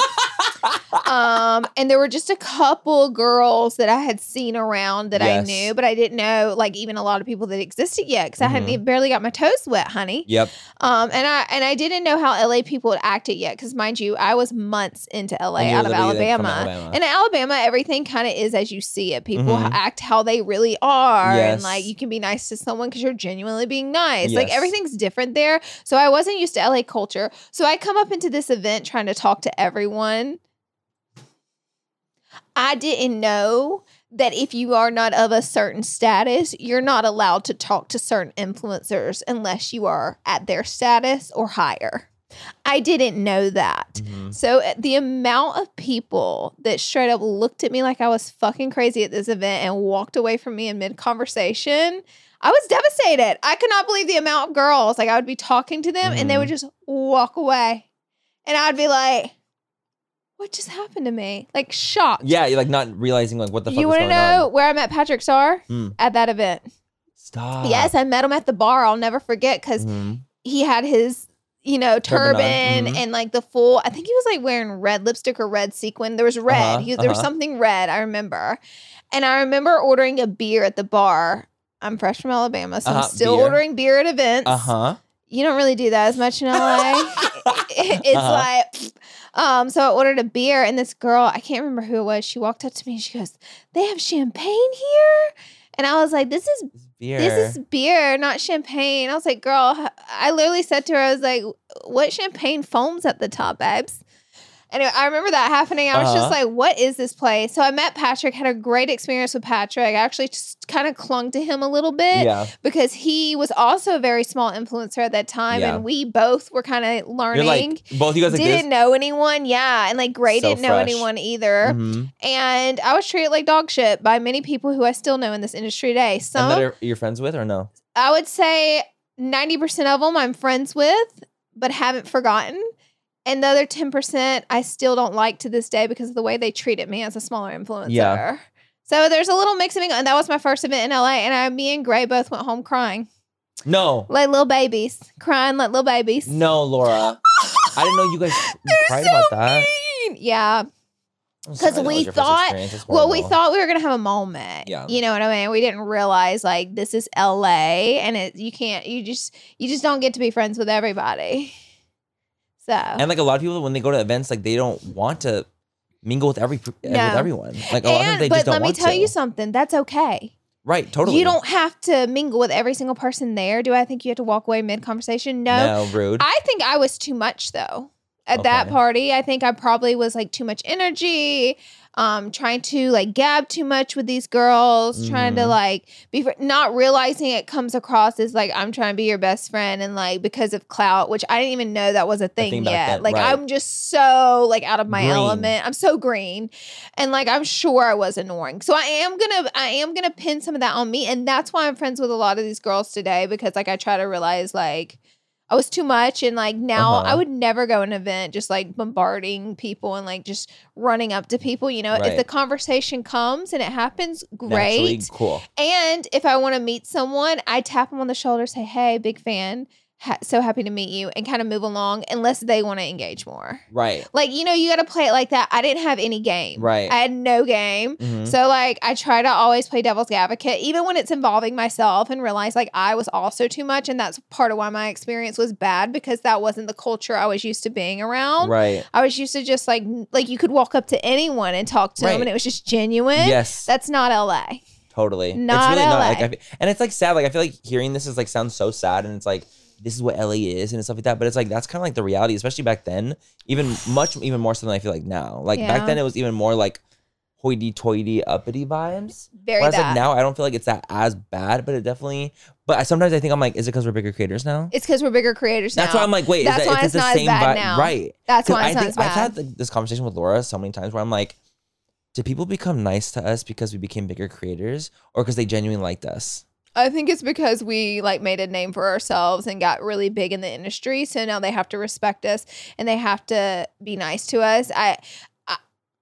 Speaker 1: um, and there were just a couple girls that I had seen around that I
Speaker 2: Yes.
Speaker 1: knew, but I didn't know like even a lot of people that existed yet because I hadn't
Speaker 2: Mhm.
Speaker 1: even barely got my toes wet, honey.
Speaker 2: Yep.
Speaker 1: Um, and I and I didn't know how LA people had acted yet, because mind you, I was months into LA
Speaker 2: And you're
Speaker 1: out of
Speaker 2: literally, like, from
Speaker 1: Alabama.
Speaker 2: Alabama.
Speaker 1: And in Alabama, everything kind of is as you see it. People
Speaker 2: Mhm.
Speaker 1: act how they really are, and
Speaker 2: Yes.
Speaker 1: like you can be nice to someone because you're genuinely being nice. Like
Speaker 2: Yes.
Speaker 1: everything's different there. So I wasn't used to LA culture. So I come up into this event trying to talk to everyone. I didn't know that if you are not of a certain status, you're not allowed to talk to certain influencers unless you are at their status or higher. I didn't know that.
Speaker 2: Mhm.
Speaker 1: So uh, the amount of people that straight up looked at me like I was fucking crazy at this event and walked away from me in mid conversation, I was devastated. I could not believe the amount of girls. Like I would be talking to them and they would
Speaker 2: Mm.
Speaker 1: just walk away, and I'd be like, "What just happened to me?" Like shocked.
Speaker 2: Yeah, you're like not realizing like what the fuck
Speaker 1: you want
Speaker 2: is going
Speaker 1: to know
Speaker 2: on.
Speaker 1: where I met Patrick Starr
Speaker 2: Mm.
Speaker 1: at that event?
Speaker 2: Stop.
Speaker 1: Yes, I met him at the bar. I'll never forget because
Speaker 2: Mhm.
Speaker 1: he had his you know
Speaker 2: Turban
Speaker 1: turban
Speaker 2: on, mhm.
Speaker 1: and like the full i think he was like wearing red lipstick or red sequin there was red
Speaker 2: Uh-huh,
Speaker 1: he was, there was
Speaker 2: uh-huh.
Speaker 1: something red i remember and i remember ordering a beer at the bar i'm fresh from alabama so i'm
Speaker 2: Uh-huh,
Speaker 1: still
Speaker 2: beer.
Speaker 1: ordering beer at events
Speaker 2: Uh huh.
Speaker 1: you don't really do that as much in
Speaker 2: <laughs>
Speaker 1: LA. <laughs> it's
Speaker 2: Uh-huh.
Speaker 1: like, pfft. um, so I ordered a beer, and this girl, I can't remember who it was, she walked up to me and she goes, They have champagne here? And I was like, This is
Speaker 2: beer.
Speaker 1: This is beer, not champagne. I was like, girl, h- I literally said to her, I was like, what champagne foams at the top, babes? Anyway, I remember that happening. I was just
Speaker 2: Uh-huh.
Speaker 1: like, what is this place? So I met Patrick, had a great experience with Patrick. I actually just kind of clung to him a little bit
Speaker 2: yeah.
Speaker 1: because he was also a very small influencer at that time.
Speaker 2: Yeah.
Speaker 1: And we both were kind of learning.
Speaker 2: You're like both you guys like
Speaker 1: didn't
Speaker 2: this.
Speaker 1: know anyone. Yeah. And like Gray
Speaker 2: So
Speaker 1: didn't know
Speaker 2: fresh.
Speaker 1: anyone either.
Speaker 2: Mhm.
Speaker 1: And I was treated like dog shit by many people who I still know in this industry today.
Speaker 2: And
Speaker 1: Some
Speaker 2: that are, you're friends with or no?
Speaker 1: I would say 90% of them I'm friends with, but haven't forgotten. And the other 10% I still don't like to this day because of the way they treated me as a smaller influencer.
Speaker 2: Yeah.
Speaker 1: So there's a little mixing, and that was my first event in LA. And I, me and Gray both went home crying,
Speaker 2: No,
Speaker 1: like little babies, crying like little babies. <laughs>
Speaker 2: no, Laura. I didn't know you guys cried
Speaker 1: so
Speaker 2: about that.
Speaker 1: Yeah.
Speaker 2: I'm
Speaker 1: 'Cause
Speaker 2: sorry that
Speaker 1: we
Speaker 2: was your first
Speaker 1: thought-
Speaker 2: experience. It's
Speaker 1: Well, we
Speaker 2: horrible.
Speaker 1: thought we were gonna have a moment.
Speaker 2: Yeah.
Speaker 1: You know what I mean? We didn't realize like this is LA, and it you can't you just you just don't get to be friends with everybody. So
Speaker 2: And like a lot of people, when they go to events, like they don't want to mingle with every with
Speaker 1: No.
Speaker 2: everyone. Like a lot of them,
Speaker 1: And-
Speaker 2: they
Speaker 1: but
Speaker 2: just don't
Speaker 1: let me
Speaker 2: want
Speaker 1: tell
Speaker 2: to.
Speaker 1: you something. That's okay.
Speaker 2: Right, totally.
Speaker 1: You don't have to mingle with every single person there. Do I think you have to walk away mid conversation? No.
Speaker 2: No, rude.
Speaker 1: I think I was too much though. At that
Speaker 2: Okay.
Speaker 1: party, I think I probably was like too much energy, um, trying to like gab too much with these girls, trying to
Speaker 2: Mhm.
Speaker 1: like be fr- not realizing it comes across as like I'm trying to be your best friend and like because of clout, which I didn't even know that was a thing,
Speaker 2: thing
Speaker 1: yet.
Speaker 2: back then,
Speaker 1: like
Speaker 2: right.
Speaker 1: I'm just so like out of my
Speaker 2: Green.
Speaker 1: element. I'm so green, and like I'm sure I was annoying. So I am gonna I am gonna pin some of that on me, and that's why I'm friends with a lot of these girls today because like I try to realize like I was too much and like now
Speaker 2: Uh-huh.
Speaker 1: I would never go an event just like bombarding people and like just running up to people. You know, if
Speaker 2: Right.
Speaker 1: the conversation comes and it happens,
Speaker 2: Naturally
Speaker 1: great.
Speaker 2: cool.
Speaker 1: And if I want to meet someone, I tap them on the shoulder, say, "Hey, big fan, ha- so happy to meet you," and kind of move along unless they want to engage more.
Speaker 2: Right.
Speaker 1: Like you know, you got to play it like that. I didn't have any game.
Speaker 2: Right.
Speaker 1: I had no game.
Speaker 2: Mhm.
Speaker 1: So like I try to always play devil's advocate, even when it's involving myself, and realize like I was also too much, and that's part of why my experience was bad because that wasn't the culture I was used to being around.
Speaker 2: Right.
Speaker 1: I was used to just like n- like you could walk up to anyone and talk to them,
Speaker 2: Right.
Speaker 1: and it was just genuine.
Speaker 2: Yes.
Speaker 1: That's not LA.
Speaker 2: totally.
Speaker 1: Not
Speaker 2: it's really not like
Speaker 1: LA.
Speaker 2: I fe- and it's like sad. Like I feel like hearing this is like sounds so sad and it's like this is what LA is and stuff like that. But it's like that's kind of like the reality, especially back then. Even much even more so than I feel like now. Like
Speaker 1: Yeah.
Speaker 2: back then it was even more like hoity toity uppity vibes.
Speaker 1: Very
Speaker 2: Whereas
Speaker 1: bad.
Speaker 2: like now I don't feel like it's that as bad, but it definitely but I, sometimes I think I'm like, is it because we're bigger creators now?
Speaker 1: it's because we're bigger creators
Speaker 2: That's
Speaker 1: now.
Speaker 2: why I'm like, wait,
Speaker 1: That's
Speaker 2: is
Speaker 1: why
Speaker 2: that
Speaker 1: it's
Speaker 2: is it the
Speaker 1: not as
Speaker 2: same
Speaker 1: bad
Speaker 2: vibe?
Speaker 1: now.
Speaker 2: Right.
Speaker 1: That's
Speaker 2: 'Cause
Speaker 1: why it's
Speaker 2: I
Speaker 1: not
Speaker 2: think
Speaker 1: as bad.
Speaker 2: I've had like, this conversation with Laura so many times where I'm like, do people become nice to us because we became bigger creators or because they genuinely liked us?
Speaker 1: I think it's because we like made a name for ourselves and got really big in the industry. So now they have to respect us and they have to be nice to us. I, I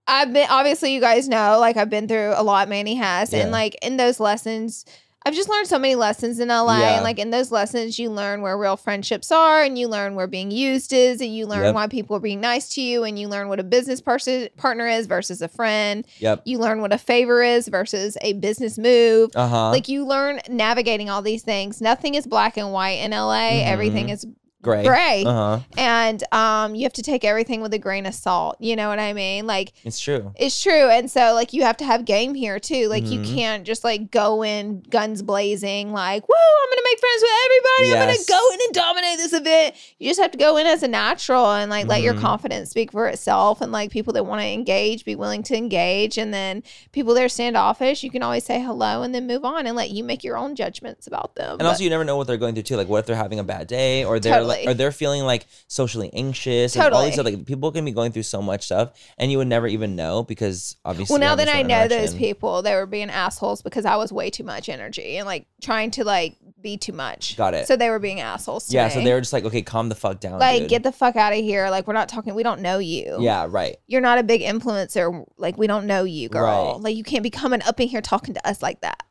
Speaker 1: I've been obviously you guys know like I've been through a lot. Manny has and
Speaker 2: Yeah.
Speaker 1: like in those lessons. I've just learned so many lessons in LA.
Speaker 2: Yeah.
Speaker 1: And like in those lessons, you learn where real friendships are and you learn where being used is and you learn
Speaker 2: Yep.
Speaker 1: why people are being nice to you and you learn what a business person partner is versus a friend.
Speaker 2: Yep.
Speaker 1: You learn what a favor is versus a business move.
Speaker 2: Uh huh.
Speaker 1: Like you learn navigating all these things. Nothing is black and white in LA. Everything
Speaker 2: Mhm.
Speaker 1: is
Speaker 2: gray.
Speaker 1: gray.
Speaker 2: Uh huh.
Speaker 1: And um you have to take everything with a grain of salt. You know what I mean? Like
Speaker 2: It's true.
Speaker 1: it's true. And so like you have to have game here too. Like
Speaker 2: Mhm.
Speaker 1: you can't just like go in guns blazing like, "Woo, I'm going to make friends with everybody. I'm going
Speaker 2: Yes.
Speaker 1: to go in and dominate this event." You just have to go in as a natural and like let your
Speaker 2: Mhm.
Speaker 1: confidence speak for itself and like people that want to engage be willing to engage and then people that are standoffish, you can always say hello and then move on and let you make your own judgments about them.
Speaker 2: And also, you never know what they're going through too. Like, what if they're having a bad day, or they're like,
Speaker 1: Totally.
Speaker 2: or they're feeling like socially anxious, and all these
Speaker 1: Totally.
Speaker 2: other like people can be going through so much stuff, and you would never even know because obviously.
Speaker 1: well, now
Speaker 2: you're
Speaker 1: that I
Speaker 2: having
Speaker 1: know
Speaker 2: this
Speaker 1: those
Speaker 2: interaction.
Speaker 1: people, they were being assholes because I was way too much energy and like trying to like be too much.
Speaker 2: Got it.
Speaker 1: So they were being assholes. To
Speaker 2: Yeah, so
Speaker 1: me.
Speaker 2: they're just like, okay, calm the fuck down.
Speaker 1: like
Speaker 2: dude.
Speaker 1: get the fuck out of here like we're not talking we don't know you
Speaker 2: Oh, Yeah, right.
Speaker 1: you're not a big influencer like we don't know you girl
Speaker 2: Right.
Speaker 1: like you can't be coming up in here talking to us like that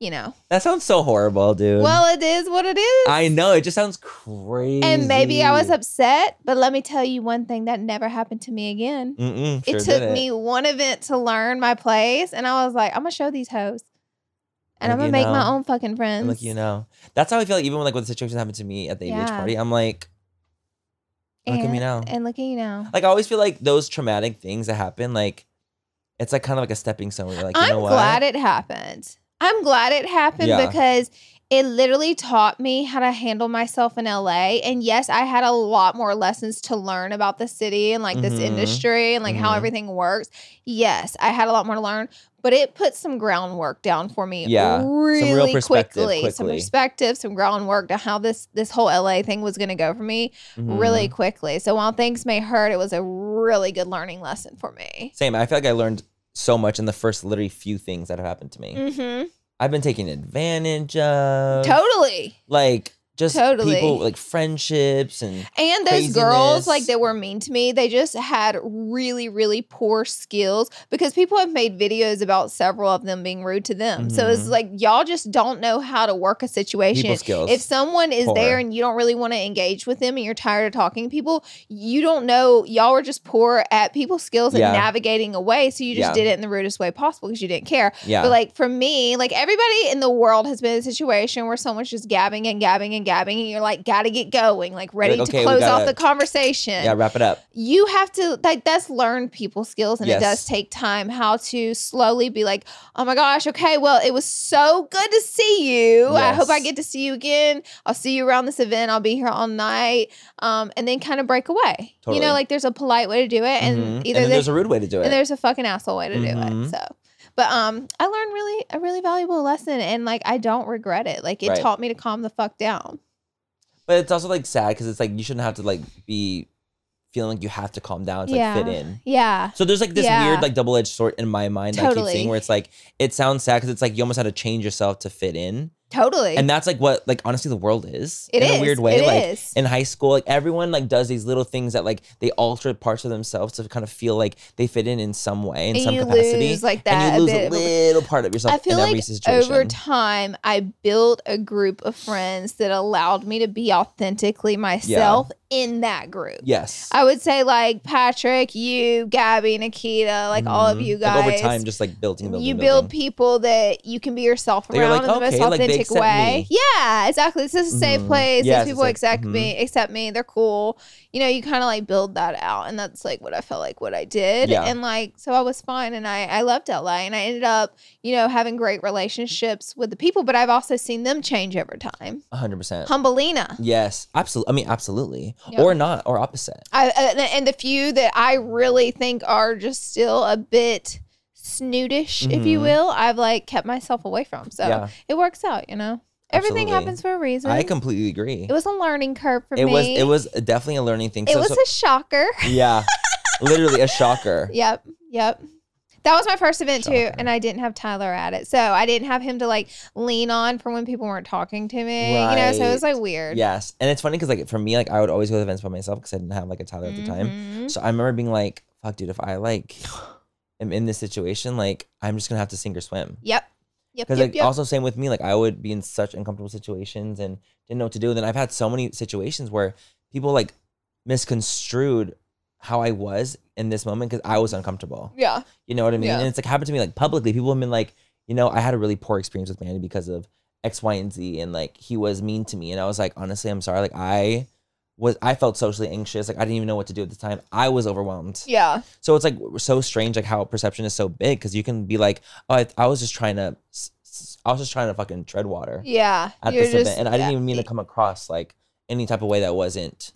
Speaker 1: you know
Speaker 2: That sounds so horrible, dude.
Speaker 1: well it is what it is <laughs>
Speaker 2: I know it just sounds crazy.
Speaker 1: and maybe i was upset but let me tell you one thing that never happened to me again
Speaker 2: Mm-mm, Mm, sure
Speaker 1: it took
Speaker 2: didn't.
Speaker 1: me one event to learn my place and i was like i'm gonna show these hoes and i'm
Speaker 2: Look,
Speaker 1: gonna
Speaker 2: you
Speaker 1: make my
Speaker 2: know.
Speaker 1: own fucking friends
Speaker 2: And like you know, that's how I feel. Like, even when like when the situation happened to me at the ABH
Speaker 1: Yeah.
Speaker 2: party, I'm like, look at me
Speaker 1: And-
Speaker 2: now.
Speaker 1: and look at you now
Speaker 2: like I always feel like those traumatic things that happen, like it's like kind of like a stepping stone. Where you're like, you
Speaker 1: I'm
Speaker 2: know what?
Speaker 1: glad it happened. I'm glad it happened
Speaker 2: Yeah.
Speaker 1: because it literally taught me how to handle myself in LA. And yes, I had a lot more lessons to learn about the city and like this
Speaker 2: Mhm.
Speaker 1: industry and like how
Speaker 2: Mhm.
Speaker 1: everything works. Yes, I had a lot more to learn, but it put some groundwork down for me
Speaker 2: Yeah, some real
Speaker 1: really
Speaker 2: perspective
Speaker 1: quickly. Some
Speaker 2: quickly.
Speaker 1: perspective, some groundwork to how this this whole LA thing was gonna go for me
Speaker 2: Mm-hmm.
Speaker 1: really quickly. So while things may hurt, it was a really good learning lesson for me.
Speaker 2: Same. I feel like I learned so much in the first literally few things that have happened to me.
Speaker 1: Mm-hmm.
Speaker 2: I've been taken advantage of.
Speaker 1: Totally.
Speaker 2: Like just
Speaker 1: Totally.
Speaker 2: people like friendships and
Speaker 1: And those girls,
Speaker 2: craziness.
Speaker 1: like that were mean to me, they just had really, really poor skills because people have made videos about several of them being rude to them. So it's
Speaker 2: Mhm.
Speaker 1: like y'all just don't know how to work a
Speaker 2: people
Speaker 1: situation.
Speaker 2: skills.
Speaker 1: If someone is there
Speaker 2: Poor.
Speaker 1: and you don't really want to engage with them and you're tired of talking to people, you don't know. Y'all are just poor at people skills and
Speaker 2: Yeah.
Speaker 1: navigating away. So you just
Speaker 2: Yeah.
Speaker 1: did it in the rudest way possible because you didn't care.
Speaker 2: yeah.
Speaker 1: But like for me, like everybody in the world has been in a situation where someone's just gabbing and gabbing and gabbing, and you're like, gotta get going, like ready
Speaker 2: like,
Speaker 1: to
Speaker 2: "Okay, we
Speaker 1: close off
Speaker 2: gotta-
Speaker 1: the conversation.
Speaker 2: yeah, wrap it up.
Speaker 1: You have to like that's learned people skills, and
Speaker 2: Yes.
Speaker 1: it does take time how to slowly be like, oh my gosh, okay, well, it was so good to see you. I hope I
Speaker 2: Yes.
Speaker 1: get to see you again. I'll see you around this event. I'll be here all night, um, and then kind of break away. You
Speaker 2: Totally.
Speaker 1: know, like there's a polite way to do it, and
Speaker 2: Mhm.
Speaker 1: either
Speaker 2: then
Speaker 1: they
Speaker 2: there's a rude way to do it.
Speaker 1: and there's a fucking asshole way to do it.
Speaker 2: Mhm.
Speaker 1: So, but um, I learned really a really valuable lesson, and like I don't regret it. Like it
Speaker 2: Right.
Speaker 1: taught me to calm the fuck down.
Speaker 2: But it's also like sad because it's like you shouldn't have to like be feeling like you have to calm down to
Speaker 1: Yeah.
Speaker 2: like fit in.
Speaker 1: Yeah,
Speaker 2: So there's like this
Speaker 1: Yeah.
Speaker 2: weird like double edged sword in my mind that I keep
Speaker 1: Totally.
Speaker 2: seeing where it's like it sounds sad because it's like you almost had to change yourself to fit in,
Speaker 1: totally.
Speaker 2: and that's like what like honestly the world is
Speaker 1: It
Speaker 2: in
Speaker 1: is.
Speaker 2: a weird way.
Speaker 1: It
Speaker 2: like
Speaker 1: is.
Speaker 2: in high school, like everyone like does these little things that like they alter parts of themselves to kind of feel like they fit in in some way in
Speaker 1: And
Speaker 2: some
Speaker 1: you
Speaker 2: capacity,
Speaker 1: lose, like, that
Speaker 2: and
Speaker 1: a
Speaker 2: you lose
Speaker 1: bit
Speaker 2: a
Speaker 1: of a-
Speaker 2: little part of yourself
Speaker 1: I feel
Speaker 2: in every
Speaker 1: like
Speaker 2: situation.
Speaker 1: over time, I built a group of friends that allowed me to be authentically myself in that group.
Speaker 2: yes,
Speaker 1: I would say like Patrick, you, Gabby, Nikita, like all of
Speaker 2: Mhm.
Speaker 1: you guys.
Speaker 2: over time, just like building, building,
Speaker 1: you
Speaker 2: building.
Speaker 1: build people that you can be yourself
Speaker 2: That you're
Speaker 1: around
Speaker 2: like,
Speaker 1: in the most
Speaker 2: "Okay, like, they
Speaker 1: authentic
Speaker 2: accept
Speaker 1: way. Yeah, exactly. This is a safe
Speaker 2: Mhm.
Speaker 1: place.
Speaker 2: Yes,
Speaker 1: These
Speaker 2: it's
Speaker 1: people
Speaker 2: like, mm-hmm.
Speaker 1: accept me, accept me. They're cool. You know, you kind of like build that out, and that's like what I felt like what I did,
Speaker 2: Yeah.
Speaker 1: and like so I was fine, and I I loved LA, and I ended up you know having great relationships with the people, but I've also seen them change over time.
Speaker 2: hundred percent.
Speaker 1: Humbleina.
Speaker 2: Yes, absolutely. I mean, absolutely,
Speaker 1: Yeah.
Speaker 2: or not, or opposite.
Speaker 1: I, and the- and the few that I really think are just still a bit snootish, if you
Speaker 2: Mhm.
Speaker 1: will, I've like kept myself away from. So
Speaker 2: Yeah.
Speaker 1: it works out, you know. Everything
Speaker 2: Absolutely.
Speaker 1: happens for a reason.
Speaker 2: I completely agree.
Speaker 1: it was a learning curve for
Speaker 2: It
Speaker 1: me.
Speaker 2: was, it was definitely a learning thing.
Speaker 1: It
Speaker 2: So-
Speaker 1: was
Speaker 2: so-
Speaker 1: a shocker.
Speaker 2: <laughs> yeah, literally a shocker.
Speaker 1: Yep. Yep. That was my first event too,
Speaker 2: Shocker.
Speaker 1: and I didn't have Tyler at it, so I didn't have him to like lean on for when people weren't talking to me. You know, so it was
Speaker 2: Right.
Speaker 1: like <laughs> weird.
Speaker 2: Yes, and it's funny because like for me, like I would always go to events by myself because I didn't have like a Tyler at the time.
Speaker 1: Mhm.
Speaker 2: So I remember being like, "Fuck, dude, if I like am in this situation, like I'm just gonna have to sink or swim."
Speaker 1: Yep. Yep.
Speaker 2: Because
Speaker 1: Yep.
Speaker 2: like
Speaker 1: yep.
Speaker 2: also same with me, like I would be in such uncomfortable situations and didn't know what to do. And then I've had so many situations where people like misconstrued how I was in this moment because I was uncomfortable.
Speaker 1: yeah.
Speaker 2: You know what I mean?
Speaker 1: Yeah.
Speaker 2: And it's like happened to me like publicly. People have been like, you know, I had a really poor experience with Manny because of X, Y, and Z, and like he was mean to me. And I was like, honestly, I'm sorry. Like I was, I felt socially anxious. Like I didn't even know what to do at the time. I was overwhelmed.
Speaker 1: Yeah.
Speaker 2: So it's like so strange, like how perception is so big because you can be like, oh, I, I was just trying to, s- s- I was just trying to fucking tread water
Speaker 1: Yeah.
Speaker 2: at
Speaker 1: You're
Speaker 2: this
Speaker 1: just-
Speaker 2: event, and I
Speaker 1: yeah.
Speaker 2: didn't even mean to come across like any type of way that wasn't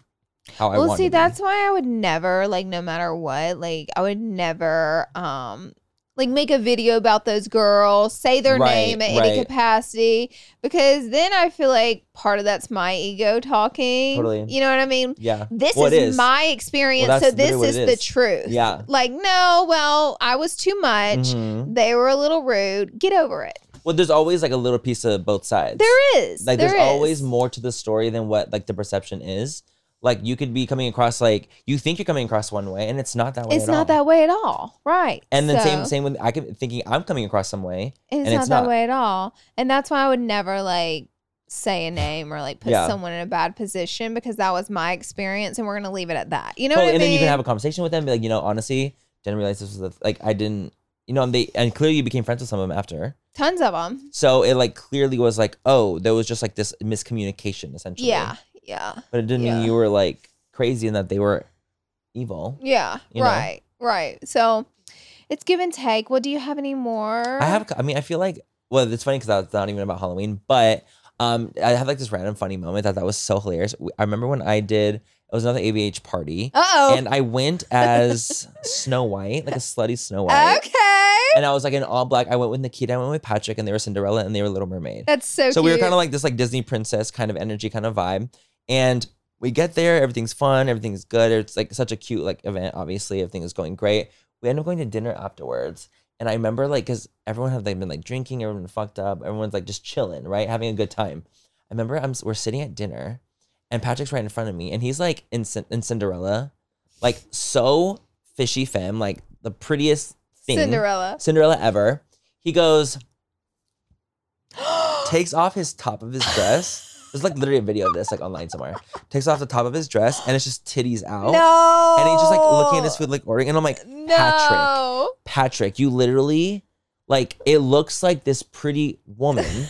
Speaker 2: how I
Speaker 1: well
Speaker 2: wanted.
Speaker 1: see
Speaker 2: to be.
Speaker 1: that's why i would never like no matter what like i would never um like make a video about those girls say their
Speaker 2: Right,
Speaker 1: name at any
Speaker 2: right.
Speaker 1: capacity because then i feel like part of that's my ego talking
Speaker 2: Totally.
Speaker 1: you know what i mean
Speaker 2: yeah,
Speaker 1: this
Speaker 2: Well, it
Speaker 1: is,
Speaker 2: is.
Speaker 1: my experience
Speaker 2: Well,
Speaker 1: so
Speaker 2: that's
Speaker 1: this
Speaker 2: literally
Speaker 1: is,
Speaker 2: what it
Speaker 1: the
Speaker 2: is.
Speaker 1: truth
Speaker 2: Yeah.
Speaker 1: like no well i was too much
Speaker 2: Mhm.
Speaker 1: they were a little rude get over it
Speaker 2: Well, there's always like a little piece of both sides.
Speaker 1: there is
Speaker 2: like
Speaker 1: there
Speaker 2: there's always
Speaker 1: is.
Speaker 2: more to the story than what like the perception is like you could be coming across like you think you're coming across one way and it's not that way
Speaker 1: it's
Speaker 2: at
Speaker 1: not
Speaker 2: all.
Speaker 1: that way at all right
Speaker 2: and then same
Speaker 1: so-
Speaker 2: same with i could thinking i'm coming across some way
Speaker 1: And it's not
Speaker 2: and it's
Speaker 1: that
Speaker 2: not.
Speaker 1: way at all. And that's why I would never like say a name or like put
Speaker 2: Yeah.
Speaker 1: someone in a bad position because that was my experience and we're gonna leave it at that. You know
Speaker 2: Totally,
Speaker 1: what I
Speaker 2: and
Speaker 1: mean?
Speaker 2: then you can have a conversation with them be like you know honestly didn't realize this was the th- like i didn't you know and they and clearly you became friends with some of them after
Speaker 1: Tons of them.
Speaker 2: so it like clearly was like oh there was just like this miscommunication essentially
Speaker 1: Yeah. Yeah.
Speaker 2: but it didn't
Speaker 1: Yeah.
Speaker 2: mean you were like crazy and that they were evil
Speaker 1: Yeah.
Speaker 2: You know?
Speaker 1: right. Right. So it's give and take. Well, do you have any more?
Speaker 2: i have i mean i feel like well, it's funny because that's not even about Halloween, but um, I had like this random funny moment that that was so hilarious. We- I remember when I did it was another ABH party,
Speaker 1: Uh oh.
Speaker 2: and I went as Snow White, like a slutty Snow White,
Speaker 1: Okay.
Speaker 2: and I was like in all black. I went with Nikita, I went with Patrick, and they were Cinderella, and they were Little Mermaid.
Speaker 1: That's so.
Speaker 2: so we were kind
Speaker 1: Oh, cute.
Speaker 2: of like this like Disney princess kind of energy kind of vibe. And we get there, everything's fun, everything's good. It's like such a cute like event. Obviously, everything is going great. We end up going to dinner afterwards. And I remember like because everyone had like, been like drinking, everyone fucked up, everyone's like just chilling, right, having a good time. I remember I'm we're sitting at dinner, and Patrick's right in front of me, and he's like in, Cin- in Cinderella, like so fishy femme, like the prettiest thing
Speaker 1: Cinderella.
Speaker 2: Cinderella ever. He goes,
Speaker 1: <gasps>
Speaker 2: takes off his top of his dress. There's like literally a video of this like online somewhere. Takes off the top of his dress and it's just titties out.
Speaker 1: No.
Speaker 2: "Oh." And he's just like looking at his food, like ordering. And I'm like,
Speaker 1: No.
Speaker 2: Patrick, you literally, like, it looks like this pretty woman
Speaker 1: <laughs>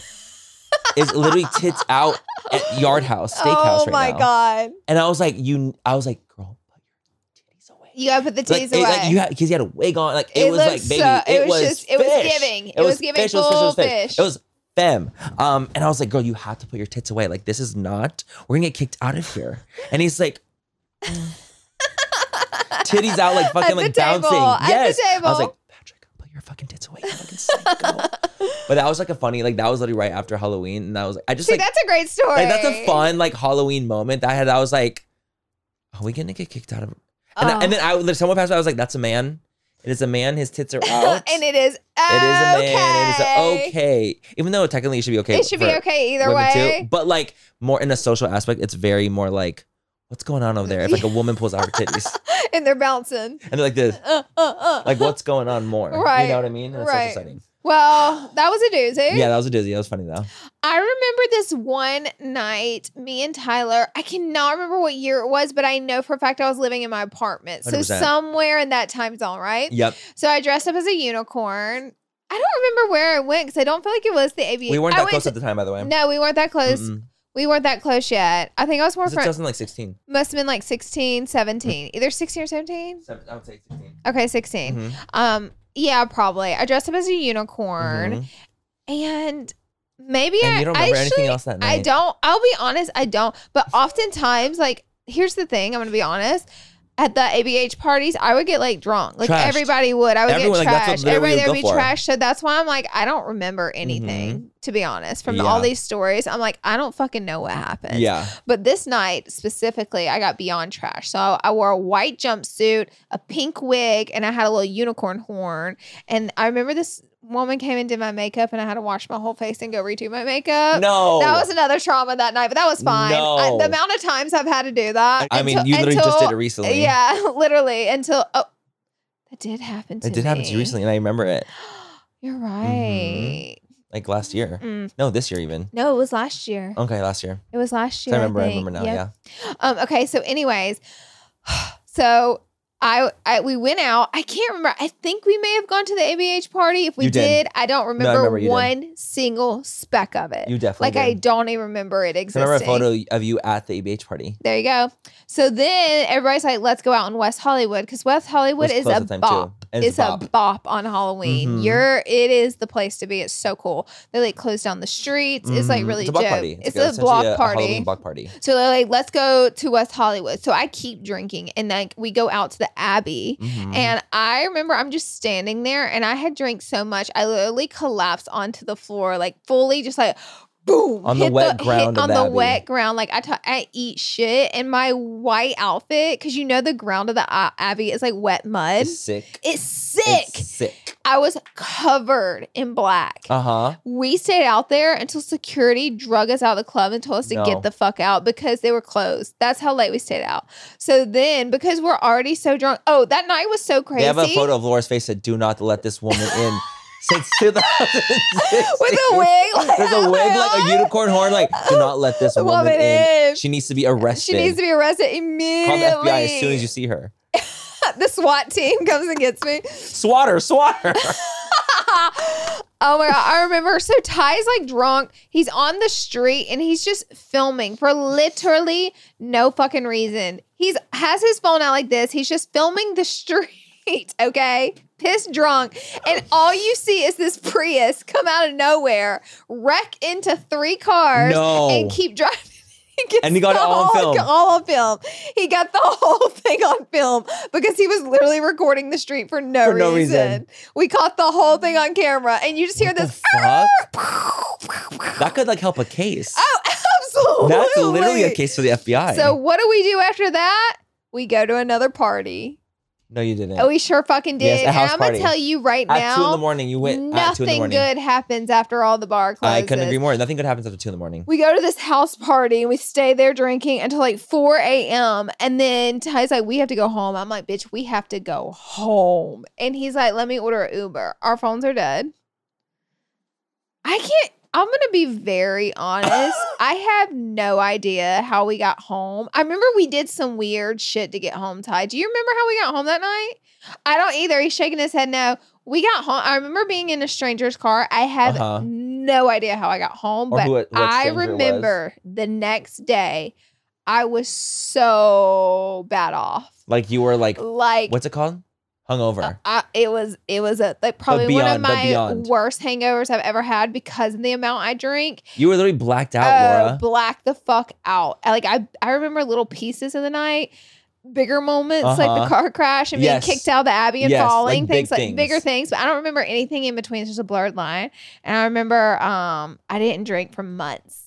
Speaker 2: is literally tits out at Yard House, Steakhouse
Speaker 1: oh
Speaker 2: right
Speaker 1: my
Speaker 2: now.
Speaker 1: god.
Speaker 2: And I was like, you, I was like, girl, put your titties away.
Speaker 1: You gotta put the
Speaker 2: Like,
Speaker 1: titties
Speaker 2: it-
Speaker 1: away.
Speaker 2: like, you had because he had a wig on. Like it,
Speaker 1: It
Speaker 2: was
Speaker 1: looked
Speaker 2: like baby.
Speaker 1: so-
Speaker 2: it, was just
Speaker 1: it was
Speaker 2: fish.
Speaker 1: giving. It was giving full fish.
Speaker 2: It was femme. Um, and I was like, girl, you have to put your tits away. Like this is not. We're gonna get kicked out of here. And he's like. Titties out like fucking
Speaker 1: <laughs> At the
Speaker 2: like
Speaker 1: table,
Speaker 2: bouncing.
Speaker 1: at the
Speaker 2: Yes. I was
Speaker 1: table.
Speaker 2: like, Patrick, put your fucking tits away. You fucking
Speaker 1: <laughs>
Speaker 2: psycho. but that was like a funny, like that was literally right after Halloween. And I was like, I just
Speaker 1: See,
Speaker 2: like
Speaker 1: that's a great story.
Speaker 2: like that's a fun like Halloween moment that I had. I was like, are we gonna get kicked out of? And, I-
Speaker 1: Oh.
Speaker 2: and then I like, someone passed by. I was like, that's a man. It is a man. His tits
Speaker 1: <laughs>
Speaker 2: are out.
Speaker 1: Oh. and it is.
Speaker 2: It is a man. It
Speaker 1: okay.
Speaker 2: is okay. Even though technically it should be okay.
Speaker 1: It should be
Speaker 2: for
Speaker 1: okay either
Speaker 2: women too.
Speaker 1: way. <laughs>
Speaker 2: But like more in a social aspect, it's very more like. What's going on over there? If like
Speaker 1: <laughs>
Speaker 2: a woman pulls out her titties
Speaker 1: and they're bouncing.
Speaker 2: and they're like this,
Speaker 1: Uh, uh, uh.
Speaker 2: <laughs> like what's going on more? You
Speaker 1: Right.
Speaker 2: know what I mean? That's
Speaker 1: Right.
Speaker 2: so exciting.
Speaker 1: well, that was a doozy.
Speaker 2: Yeah, that was a dizzy. That was funny though.
Speaker 1: I remember this one night, me and Tyler, I cannot remember what year it was, but I know for a fact I was living in my apartment. So
Speaker 2: 100%.
Speaker 1: somewhere in that time zone, right?
Speaker 2: Yep.
Speaker 1: So I dressed up as a unicorn. I don't remember where I went because I don't feel like it was the ABA.
Speaker 2: We weren't
Speaker 1: I
Speaker 2: that
Speaker 1: went
Speaker 2: close
Speaker 1: to-
Speaker 2: at the time, by the way.
Speaker 1: No, we weren't that close.
Speaker 2: Mm-mm.
Speaker 1: We weren't that close yet. I think I was more
Speaker 2: It was
Speaker 1: front.
Speaker 2: 2016.
Speaker 1: Must have been like 16, 17, either 16 or 17.
Speaker 2: Seven- I would say 16.
Speaker 1: Okay, 16.
Speaker 2: Mhm.
Speaker 1: Um, yeah, probably. I dressed up as a unicorn
Speaker 2: Mhm.
Speaker 1: and maybe
Speaker 2: And
Speaker 1: I
Speaker 2: you don't remember
Speaker 1: I
Speaker 2: anything
Speaker 1: actually-
Speaker 2: else that night.
Speaker 1: I don't. I'll be honest. I don't. But oftentimes, like, here's the thing. I'm gonna be honest. At the ABH parties, I would get like drunk. Like
Speaker 2: Trashed.
Speaker 1: everybody would. I would
Speaker 2: Everyone,
Speaker 1: get
Speaker 2: like, that's what
Speaker 1: trashed.
Speaker 2: literally
Speaker 1: everybody there
Speaker 2: you
Speaker 1: would be
Speaker 2: go for. Mm-hmm.
Speaker 1: trashed. So that's why I'm like, I don't remember anything. To be honest, from all
Speaker 2: Yeah.
Speaker 1: these stories, I'm like, I don't fucking know what happened.
Speaker 2: Yeah.
Speaker 1: But this night specifically, I got beyond trash. So I wore a white jumpsuit, a pink wig, and I had a little unicorn horn. And I remember this woman came and did my makeup, and I had to wash my whole face and go redo my makeup.
Speaker 2: No.
Speaker 1: Uh, That was another trauma that night, but that was fine. I-
Speaker 2: Oh. No.
Speaker 1: the amount of times I've had to do that.
Speaker 2: I mean,
Speaker 1: until-
Speaker 2: you literally just did it
Speaker 1: until-
Speaker 2: recently.
Speaker 1: Yeah, <laughs> literally. Until, oh, that did happen to
Speaker 2: It did happen to you
Speaker 1: me.
Speaker 2: recently, Mm-hmm. and I remember it
Speaker 1: You're right.
Speaker 2: like last year.
Speaker 1: Mm.
Speaker 2: No, this year even.
Speaker 1: No, it was last year.
Speaker 2: Okay, last year.
Speaker 1: It was last
Speaker 2: So
Speaker 1: year.
Speaker 2: Oh. I remember. I,
Speaker 1: think.
Speaker 2: remember now.
Speaker 1: Yep.
Speaker 2: Yeah.
Speaker 1: Um, okay, so anyways, <sighs> so I, I we went out. I can't remember. I think we may have gone to the ABH party. If we
Speaker 2: You did.
Speaker 1: did. I don't remember,
Speaker 2: remember you did.
Speaker 1: one single speck of it.
Speaker 2: You definitely.
Speaker 1: like I
Speaker 2: did.
Speaker 1: don't even remember it
Speaker 2: I
Speaker 1: existing.
Speaker 2: remember a photo of you at the ABH party.
Speaker 1: There you go. So then everybody's like, let's go out in West Hollywood because West Hollywood is
Speaker 2: It was close
Speaker 1: a
Speaker 2: at the time, too.
Speaker 1: bop.
Speaker 2: And
Speaker 1: It's,
Speaker 2: it's a
Speaker 1: a
Speaker 2: bop.
Speaker 1: bop on Halloween.
Speaker 2: Mhm.
Speaker 1: You're it is the place to be. It's so cool. They like close down the streets. It's like
Speaker 2: Mhm.
Speaker 1: really
Speaker 2: It's a block
Speaker 1: dope.
Speaker 2: party.
Speaker 1: It's,
Speaker 2: like
Speaker 1: a
Speaker 2: essentially
Speaker 1: block
Speaker 2: a,
Speaker 1: party.
Speaker 2: A Halloween block party.
Speaker 1: So they're like, let's go to West Hollywood. So I keep drinking and like we go out to the Abbey.
Speaker 2: Mhm.
Speaker 1: And I remember I'm just standing there and I had drank so much, I literally collapsed onto the floor, like fully just like boom.
Speaker 2: On the wet ground of
Speaker 1: on
Speaker 2: the
Speaker 1: the
Speaker 2: Abbey.
Speaker 1: wet ground. Like I ta- I eat shit and my white outfit, because you know the ground of the A- Abbey is like wet mud.
Speaker 2: It's
Speaker 1: It's,
Speaker 2: sick.
Speaker 1: sick.
Speaker 2: It's sick.
Speaker 1: I was covered in black.
Speaker 2: Uh huh.
Speaker 1: We stayed out there until security drug us out of the club and told us to
Speaker 2: No.
Speaker 1: get the fuck out because they were closed. That's how late we stayed out. So then, because we're already so drunk, oh, that night was so crazy.
Speaker 2: They have a photo of Laura's face that "Do not let this woman
Speaker 1: <laughs>
Speaker 2: in." Since 2006.
Speaker 1: with a
Speaker 2: <laughs>
Speaker 1: wig. Like, "Oh,
Speaker 2: There's a wig, like a unicorn horn, like, do not let this woman,
Speaker 1: Woman
Speaker 2: in.
Speaker 1: in.
Speaker 2: She needs to be arrested.
Speaker 1: She needs to be arrested
Speaker 2: Call
Speaker 1: immediately.
Speaker 2: the FBI as soon as you see her.
Speaker 1: <laughs> the SWAT team comes and gets me. <laughs>
Speaker 2: Swatter, swatter.
Speaker 1: oh my god, I remember. So Ty's like drunk. He's on the street and he's just filming for literally no fucking reason. He's has his phone out like this. He's just filming the <laughs> street. night, okay? Piss drunk. And all you see is this Prius come out of nowhere, wreck into three cars,
Speaker 2: No.
Speaker 1: and keep driving. gets
Speaker 2: And he got
Speaker 1: the
Speaker 2: it all on
Speaker 1: whole-
Speaker 2: film.
Speaker 1: All on film. He got the <laughs> whole thing on film because he was literally recording the street for no,
Speaker 2: For no
Speaker 1: reason.
Speaker 2: reason.
Speaker 1: We caught the whole thing on camera, and you just hear
Speaker 2: Mm-hmm. What the
Speaker 1: this.
Speaker 2: fuck?
Speaker 1: Oh,
Speaker 2: That could like help a case.
Speaker 1: <laughs> absolutely!
Speaker 2: That's literally a case for the FBI.
Speaker 1: So what do we do after that? We go to another party.
Speaker 2: no, you didn't.
Speaker 1: Oh, we sure fucking did.
Speaker 2: Yes, a house
Speaker 1: and I'm
Speaker 2: party.
Speaker 1: gonna tell you right
Speaker 2: at
Speaker 1: now,
Speaker 2: two in the morning, you went. at two in the
Speaker 1: nothing
Speaker 2: morning.
Speaker 1: good happens after all the bar closes.
Speaker 2: I couldn't agree more. Nothing good happens after two in the morning.
Speaker 1: We go to this house party and we stay there drinking until like 4 a.m. And then Ty's like, we have to go home. I'm like, bitch, we have to go home. And he's like, let me order an Uber. Our phones are dead. I can't, I'm going to be very honest.
Speaker 2: <laughs>
Speaker 1: I have no idea how we got home. I remember we did some weird shit to get home, Ty. Do you remember how we got home that night? I don't either. He's shaking his head no. We got home. I remember being in a stranger's car. I have
Speaker 2: Uh-huh.
Speaker 1: no idea how I got home,
Speaker 2: Or
Speaker 1: but
Speaker 2: who it- what
Speaker 1: I
Speaker 2: stranger it was.
Speaker 1: remember the next day I was so bad off.
Speaker 2: Like you were like,
Speaker 1: Like uh,
Speaker 2: what's it called? Hungover.
Speaker 1: I, it was it was a like probably one of
Speaker 2: beyond- the
Speaker 1: my
Speaker 2: beyond.
Speaker 1: worst hangovers I've ever had because of the amount I drink.
Speaker 2: you were literally blacked out,
Speaker 1: Oh,
Speaker 2: Laura.
Speaker 1: black the fuck out. I- Like I I remember little pieces of the night, bigger moments like
Speaker 2: Uh-huh.
Speaker 1: the car crash and being
Speaker 2: Yes.
Speaker 1: kicked out of the Abbey and
Speaker 2: Yes, like
Speaker 1: falling,
Speaker 2: big
Speaker 1: things like
Speaker 2: things.
Speaker 1: bigger things, but I don't remember anything in between. It's just a blurred line. And I remember um I didn't drink for months.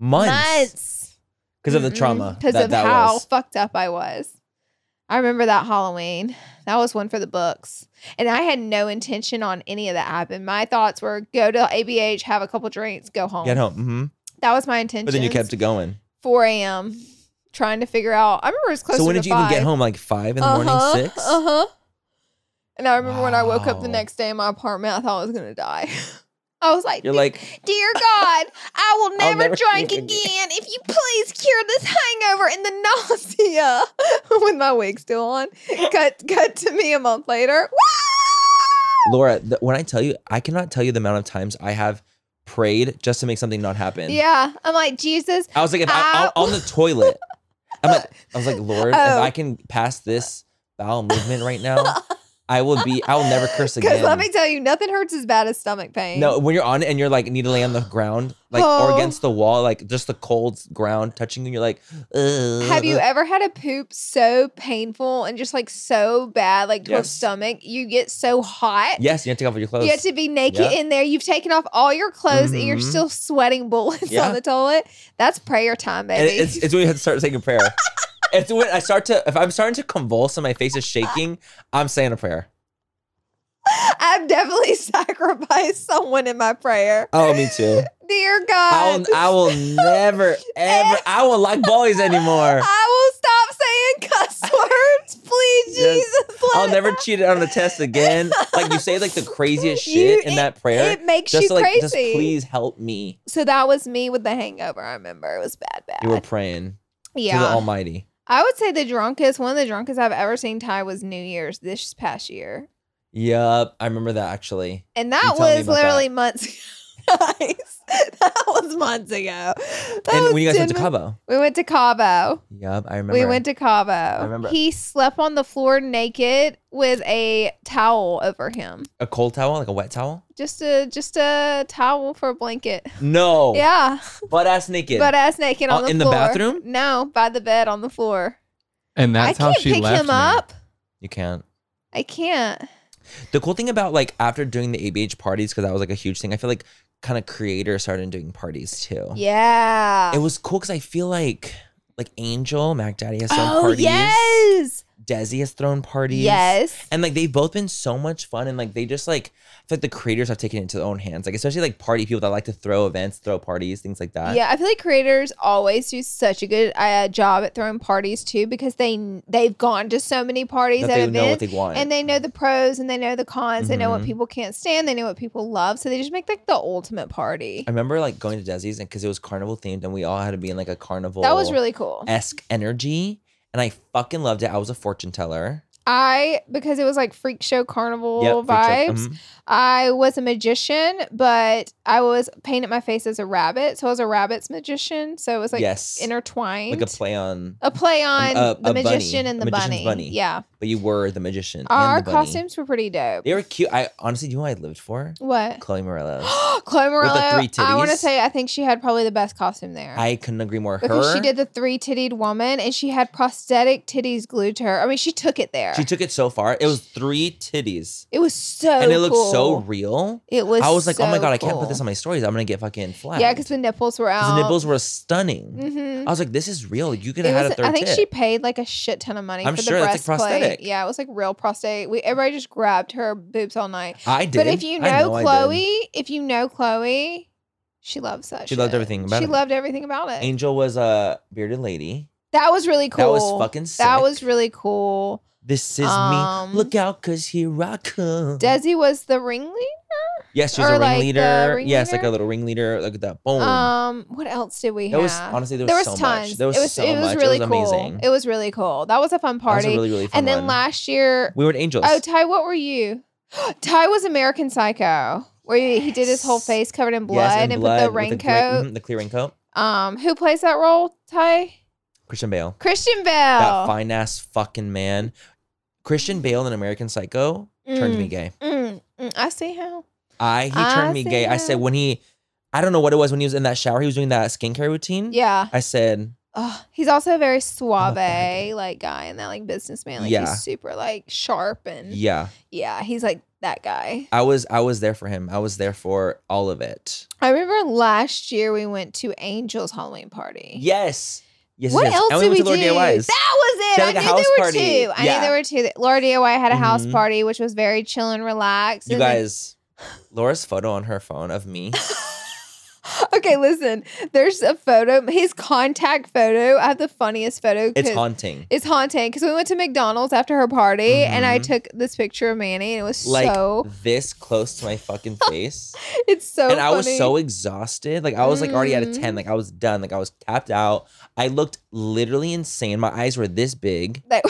Speaker 2: Months because of the trauma.
Speaker 1: Because
Speaker 2: that-
Speaker 1: of
Speaker 2: that
Speaker 1: how
Speaker 2: was.
Speaker 1: fucked up I was. I remember that Halloween. That was one for the books. And I had no intention on any of that happened. My thoughts were go to ABH, have a couple drinks, go home.
Speaker 2: Get home. hmm
Speaker 1: That was my intention.
Speaker 2: But then you kept it going.
Speaker 1: 4 a.m. trying to figure out. I remember it was close.
Speaker 2: So when did you even get home? Like five in the morning, six.
Speaker 1: Uh huh. And I remember when I woke up the
Speaker 2: Wow.
Speaker 1: next day in my apartment, I thought I was gonna die. <laughs> I was like,
Speaker 2: You're like,
Speaker 1: "Dear God, I will
Speaker 2: <laughs> I'll
Speaker 1: never,
Speaker 2: never
Speaker 1: drink again.
Speaker 2: drink again."
Speaker 1: If you please cure this hangover and the nausea." <laughs> With my wig still on, cut cut to me a month later.
Speaker 2: Laura. Th- when I tell you, I cannot tell you the amount of times I have prayed just to make something not happen.
Speaker 1: Yeah, I'm like Jesus.
Speaker 2: I was like, if
Speaker 1: I-
Speaker 2: I, I, on the toilet, I'm like, I was like, Lord,
Speaker 1: Oh.
Speaker 2: if I can pass this bowel movement right now, I will be. I will never
Speaker 1: <laughs>
Speaker 2: curse
Speaker 1: Because
Speaker 2: again.
Speaker 1: let me tell you, nothing hurts as bad as stomach pain.
Speaker 2: No, when you're on it and you're like need to lay on the ground, like
Speaker 1: Oh.
Speaker 2: or against the wall, like just the cold ground touching you, and you're like, Ugh.
Speaker 1: Have
Speaker 2: <laughs>
Speaker 1: you ever had a poop so painful and just like so bad, like to your
Speaker 2: Yes.
Speaker 1: stomach? You get so hot.
Speaker 2: Yes, you have to take off your clothes.
Speaker 1: You have to be naked
Speaker 2: Yeah.
Speaker 1: in there. You've taken off all your clothes and you're
Speaker 2: Mhm.
Speaker 1: still sweating bullets
Speaker 2: Yeah.
Speaker 1: on the toilet. That's prayer time,
Speaker 2: and
Speaker 1: baby.
Speaker 2: it- it's, it's when you have to start saying a prayer. it's when I start to, if I'm starting to convulse and my face is shaking, I'm saying a prayer.
Speaker 1: <laughs> I've definitely <laughs> sacrificed someone in my prayer.
Speaker 2: Oh, me too.
Speaker 1: Dear
Speaker 2: I
Speaker 1: God,
Speaker 2: will, I will never, ever, I won't like boys anymore.
Speaker 1: I will stop saying
Speaker 2: <laughs>
Speaker 1: cuss words. Please,
Speaker 2: Yes.
Speaker 1: Jesus. let
Speaker 2: I'll
Speaker 1: it-
Speaker 2: never cheat on a test again. Like you say, like the craziest shit
Speaker 1: You-
Speaker 2: in that prayer.
Speaker 1: It makes
Speaker 2: just
Speaker 1: you
Speaker 2: to, like,
Speaker 1: crazy.
Speaker 2: just please help me.
Speaker 1: So that was me with the hangover. I remember it was bad, bad.
Speaker 2: You were praying
Speaker 1: yeah.
Speaker 2: to the Almighty.
Speaker 1: I would say the drunkest, one of the drunkest I've ever seen Ty was New Year's this past year.
Speaker 2: Yep, I remember that actually.
Speaker 1: And that
Speaker 2: tell me
Speaker 1: was
Speaker 2: about
Speaker 1: literally months <laughs> ago. Guys, that was months ago. That
Speaker 2: and
Speaker 1: was
Speaker 2: when you guys went to
Speaker 1: 10
Speaker 2: Cabo.
Speaker 1: We went to Cabo.
Speaker 2: Yep, I remember.
Speaker 1: We went to Cabo. I
Speaker 2: remember.
Speaker 1: He slept on the floor naked with a towel over him.
Speaker 2: a cold towel, like a wet towel.
Speaker 1: Just a just a towel for a blanket.
Speaker 2: No,
Speaker 1: Yeah.
Speaker 2: butt ass Oh. naked.
Speaker 1: Butt ass naked on
Speaker 2: Uh,
Speaker 1: the
Speaker 2: in the
Speaker 1: floor.
Speaker 2: bathroom?
Speaker 1: No, by the bed on the floor.
Speaker 5: And that's
Speaker 1: I
Speaker 5: how
Speaker 1: can't
Speaker 5: she
Speaker 1: pick
Speaker 5: left
Speaker 1: him
Speaker 5: me.
Speaker 1: up.
Speaker 2: you can't.
Speaker 1: I can't.
Speaker 2: The cool thing about like after doing the ABH parties because that was like a huge thing. I feel like kind of creators started doing parties too.
Speaker 1: Yeah.
Speaker 2: Oh. it was cool because I feel like like Angel Mac Daddy has thrown
Speaker 1: oh
Speaker 2: parties.
Speaker 1: yes.
Speaker 2: Desi has thrown parties.
Speaker 1: Yes.
Speaker 2: And like they've both been so much fun, and like they just like I feel like the creators have taken it into their own hands, like especially like party people that like to throw events, throw parties, things like that.
Speaker 1: Yeah, I feel like creators always do such a good uh, job at throwing parties too because they they've gone to so many parties
Speaker 2: that
Speaker 1: at
Speaker 2: they
Speaker 1: events
Speaker 2: know what they want.
Speaker 1: and they know the pros and they know the cons. They know what
Speaker 2: Mhm.
Speaker 1: people can't stand. They know what people love. So they just make like the ultimate party.
Speaker 2: I remember like going to Desi's and because it was carnival themed and we all had to be in like a carnival
Speaker 1: that was really cool.
Speaker 2: esque energy. And I fucking loved it. I was a fortune teller.
Speaker 1: I because it was like freak show carnival
Speaker 2: Yep, freak show.
Speaker 1: vibes.
Speaker 2: Mhm.
Speaker 1: I was a magician, but I was painted my face as a rabbit, so I was a rabbit's magician. So it was like
Speaker 2: yes.
Speaker 1: intertwined,
Speaker 2: like a play on,
Speaker 1: a play on
Speaker 2: a-
Speaker 1: the
Speaker 2: a bunny,
Speaker 1: magician and
Speaker 2: a
Speaker 1: the
Speaker 2: magician's
Speaker 1: bunny.
Speaker 2: bunny.
Speaker 1: Yeah,
Speaker 2: but you were the magician. and
Speaker 1: our
Speaker 2: the bunny.
Speaker 1: costumes were pretty dope.
Speaker 2: They were cute. I honestly, do you know what I lived for? <gasps>
Speaker 1: what? <gasps>
Speaker 2: Chloe Morello.
Speaker 1: Chloe Morello.
Speaker 2: three
Speaker 1: I want to
Speaker 2: titties?
Speaker 1: say I think she had probably the best costume there.
Speaker 2: I couldn't agree more.
Speaker 1: because
Speaker 2: her,
Speaker 1: she did the three tittied woman and she had prosthetic titties glued to her. I mean, she took it there.
Speaker 2: She took it so far. It was three titties,
Speaker 1: it was so
Speaker 2: and it looked so
Speaker 1: cool.
Speaker 2: real.
Speaker 1: It was.
Speaker 2: I was like, oh my
Speaker 1: so
Speaker 2: god, I can't put
Speaker 1: cool.
Speaker 2: this on my stories. I'm gonna get fucking flagged.
Speaker 1: Yeah, because the nipples were
Speaker 2: 'Cause
Speaker 1: out.
Speaker 2: the nipples were stunning.
Speaker 1: Mm-hmm.
Speaker 2: I was like, this is real. You could
Speaker 1: It
Speaker 2: have had
Speaker 1: was-
Speaker 2: a third
Speaker 1: I think
Speaker 2: tit.
Speaker 1: she paid like a shit ton of money
Speaker 2: I'm
Speaker 1: for
Speaker 2: sure
Speaker 1: the
Speaker 2: that's, like,
Speaker 1: breastplate.
Speaker 2: prosthetic.
Speaker 1: Yeah, it was like real prostate. We everybody just grabbed her boobs all night.
Speaker 2: I did.
Speaker 1: But if you
Speaker 2: I
Speaker 1: know,
Speaker 2: I did.
Speaker 1: Chloe, if you know Chloe, she loves that.
Speaker 2: She loved
Speaker 1: shit.
Speaker 2: everything about
Speaker 1: she
Speaker 2: it.
Speaker 1: loved everything about it.
Speaker 2: Angel was a bearded lady.
Speaker 1: that was really cool.
Speaker 2: That was fucking sick.
Speaker 1: That was really cool.
Speaker 2: This is
Speaker 1: Um,
Speaker 2: me. Look out, cause here I come.
Speaker 1: Desi was the ringleader.
Speaker 2: yes, she was
Speaker 1: or,
Speaker 2: a
Speaker 1: like, the
Speaker 2: ringleader. Yes, like a
Speaker 1: ringleader?
Speaker 2: little ringleader. Look at that. Boom.
Speaker 1: Um, what else did we
Speaker 2: There
Speaker 1: have?
Speaker 2: Oh. was- honestly, there was so much. There was
Speaker 1: it was
Speaker 2: so
Speaker 1: it was
Speaker 2: much. It
Speaker 1: really
Speaker 2: was
Speaker 1: cool.
Speaker 2: amazing.
Speaker 1: It was really cool. That was a fun
Speaker 2: That was
Speaker 1: party.
Speaker 2: a really, really fun
Speaker 1: and then
Speaker 2: one.
Speaker 1: last year,
Speaker 2: we were at Angels.
Speaker 1: Oh, Ty, what were you? <gasps> Ty was American Psycho, where he- he did his whole
Speaker 2: Yes.
Speaker 1: face covered in blood
Speaker 2: Yes,
Speaker 1: and, with the
Speaker 2: blood,
Speaker 1: raincoat.
Speaker 2: gla- mhm, the clear raincoat.
Speaker 1: Um, who plays that role, Ty?
Speaker 2: Christian Bale.
Speaker 1: Christian
Speaker 2: That
Speaker 1: Bell.
Speaker 2: fine ass fucking man. Christian Bale in American Psycho turned me gay.
Speaker 1: Mm, mm, I see how.
Speaker 2: I he
Speaker 1: I
Speaker 2: turned me
Speaker 1: see
Speaker 2: gay. I
Speaker 1: how.
Speaker 2: said when he, I don't know what it was when he was in that shower. He was doing that skincare routine.
Speaker 1: Yeah.
Speaker 2: I said
Speaker 1: Ugh, he's also a very
Speaker 2: a
Speaker 1: suave
Speaker 2: fag.
Speaker 1: like guy and that like businessman. Like
Speaker 2: Yeah.
Speaker 1: he's super like sharp and yeah.
Speaker 2: yeah.
Speaker 1: he's like that guy.
Speaker 2: I was I was there for him. I was there for all of it.
Speaker 1: I remember last year we went to Angel's Halloween party.
Speaker 2: Yes. Yes.
Speaker 1: what
Speaker 2: yes, yes.
Speaker 1: else
Speaker 2: And
Speaker 1: did we
Speaker 2: went to Lord
Speaker 1: do?
Speaker 2: DIY's.
Speaker 1: That was it.
Speaker 2: They had, like,
Speaker 1: I
Speaker 2: a
Speaker 1: knew
Speaker 2: house
Speaker 1: there were
Speaker 2: party.
Speaker 1: two. I
Speaker 2: Yeah.
Speaker 1: knew there were two. Laura DIY had a house
Speaker 2: Mhm.
Speaker 1: party, which was very chill and relaxed.
Speaker 2: you
Speaker 1: and then-
Speaker 2: guys, Laura's photo on her phone of me.
Speaker 1: <laughs> okay, listen. There's a photo. His contact photo. I have the funniest photo.
Speaker 2: It's
Speaker 1: 'cause-
Speaker 2: haunting.
Speaker 1: It's haunting because we went to McDonald's after her party, and I
Speaker 2: Mhm.
Speaker 1: took this picture of Manny, and it was
Speaker 2: Like
Speaker 1: so. <laughs>
Speaker 2: this close to my fucking face.
Speaker 1: It's so.
Speaker 2: and I was
Speaker 1: funny.
Speaker 2: so exhausted. Like I was like already at a
Speaker 1: Mm.
Speaker 2: 10. Like I was done. Like I was tapped out. I looked literally insane. My eyes were this big,
Speaker 1: Like,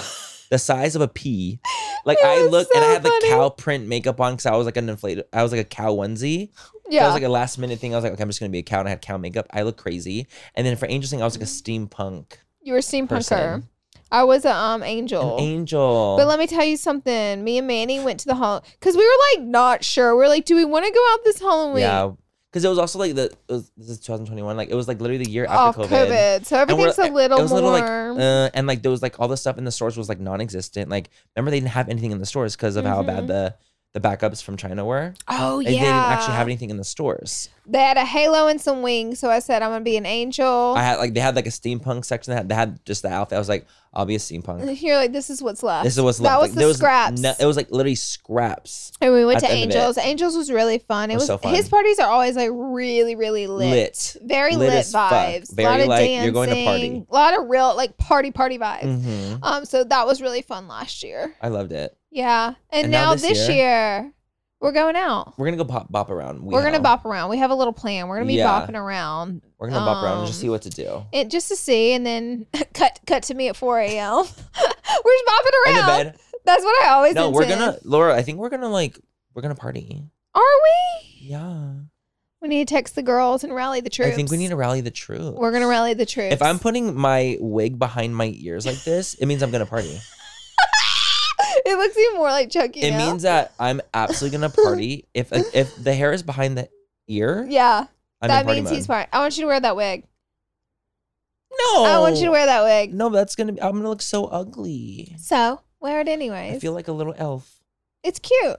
Speaker 2: the size of a pea. Like
Speaker 1: It
Speaker 2: I
Speaker 1: was
Speaker 2: looked and I
Speaker 1: so
Speaker 2: had the
Speaker 1: funny.
Speaker 2: cow print makeup on because I was like an inflated I was like a cow onesie.
Speaker 1: <laughs>
Speaker 2: That
Speaker 1: yeah.
Speaker 2: was like a last minute thing. I was like, okay, I'm just gonna be a cow and I had cow makeup. I look crazy. And then for Angel Sing, I was like a steampunk
Speaker 1: you were steampunker.
Speaker 2: person.
Speaker 1: I was a um
Speaker 2: An
Speaker 1: angel.
Speaker 2: angel.
Speaker 1: But let me tell you something. Me and Manny went to the hall because we were like not sure. We were like, do we want to go out this Halloween?
Speaker 2: yeah. Cause it was also like the it was, this is 2021. Like it was like literally the year
Speaker 1: off
Speaker 2: after
Speaker 1: Oh, COVID.
Speaker 2: COVID.
Speaker 1: So
Speaker 2: And we're-
Speaker 1: everything's a little
Speaker 2: it was a
Speaker 1: more.
Speaker 2: little like uh, and like there was like all the stuff in the stores was like non-existent like remember they didn't have anything in the stores because of how bad
Speaker 1: Mhm.
Speaker 2: the the backups from china were
Speaker 1: oh
Speaker 2: Like,
Speaker 1: yeah.
Speaker 2: they didn't actually have anything in the stores
Speaker 1: They had a halo and some wings, so I said I'm gonna be an angel.
Speaker 2: i had like they had like a steampunk section that had, they had just the outfit i was like i'll be a steampunk
Speaker 1: And <laughs> You're like, this is what's left.
Speaker 2: this is what's
Speaker 1: that
Speaker 2: left.
Speaker 1: was
Speaker 2: Like,
Speaker 1: the scraps.
Speaker 2: no- it was like literally scraps
Speaker 1: and we went to
Speaker 2: at the end of it.
Speaker 1: Angels. Angels was really fun. It,
Speaker 2: It was
Speaker 1: was,
Speaker 2: so fun.
Speaker 1: his parties are always like really, really lit.
Speaker 2: Lit.
Speaker 1: Very
Speaker 2: Lit
Speaker 1: lit,
Speaker 2: as fuck.
Speaker 1: vibes.
Speaker 2: Very,
Speaker 1: a lot of
Speaker 2: like,
Speaker 1: dancing.
Speaker 2: you're going to party.
Speaker 1: A lot of real like party party vibes.
Speaker 2: Mhm.
Speaker 1: Um, so that was really fun last year.
Speaker 2: i loved it
Speaker 1: Yeah. And,
Speaker 2: And now
Speaker 1: now,
Speaker 2: this
Speaker 1: this, year, we're going out.
Speaker 2: we're gonna go pop bop around
Speaker 1: We are going to
Speaker 2: Weehaw.
Speaker 1: bop around. We have a little plan. We're going to be
Speaker 2: Yeah.
Speaker 1: bopping around
Speaker 2: we're gonna bop around and just
Speaker 1: um,
Speaker 2: see what to do
Speaker 1: it, just to see and then <laughs> cut cut to me at 4 a.m. <laughs> we're just bopping
Speaker 2: in the
Speaker 1: around.
Speaker 2: bed
Speaker 1: That's what I always
Speaker 2: no we're
Speaker 1: intend.
Speaker 2: gonna laura i think we're gonna like we're gonna party
Speaker 1: Are we?
Speaker 2: yeah
Speaker 1: We need to text the girls and rally the troops.
Speaker 2: i think we need to rally the troops
Speaker 1: We're going to rally the troops. <laughs>
Speaker 2: If I'm putting my wig behind my ears like this, it means I'm gonna
Speaker 1: <laughs>
Speaker 2: party.
Speaker 1: it looks even more like Chucky.
Speaker 2: It
Speaker 1: now.
Speaker 2: means that I'm absolutely gonna party. If if the hair is behind the ear,
Speaker 1: Yeah.
Speaker 2: I'm in
Speaker 1: that
Speaker 2: party
Speaker 1: means he's
Speaker 2: mode.
Speaker 1: part. I want you to wear that wig.
Speaker 2: no,
Speaker 1: I want you to wear that wig.
Speaker 2: No, that's gonna. Be, I'm gonna look so ugly.
Speaker 1: So wear it
Speaker 2: I
Speaker 1: anyways.
Speaker 2: feel like a little elf.
Speaker 1: It's cute.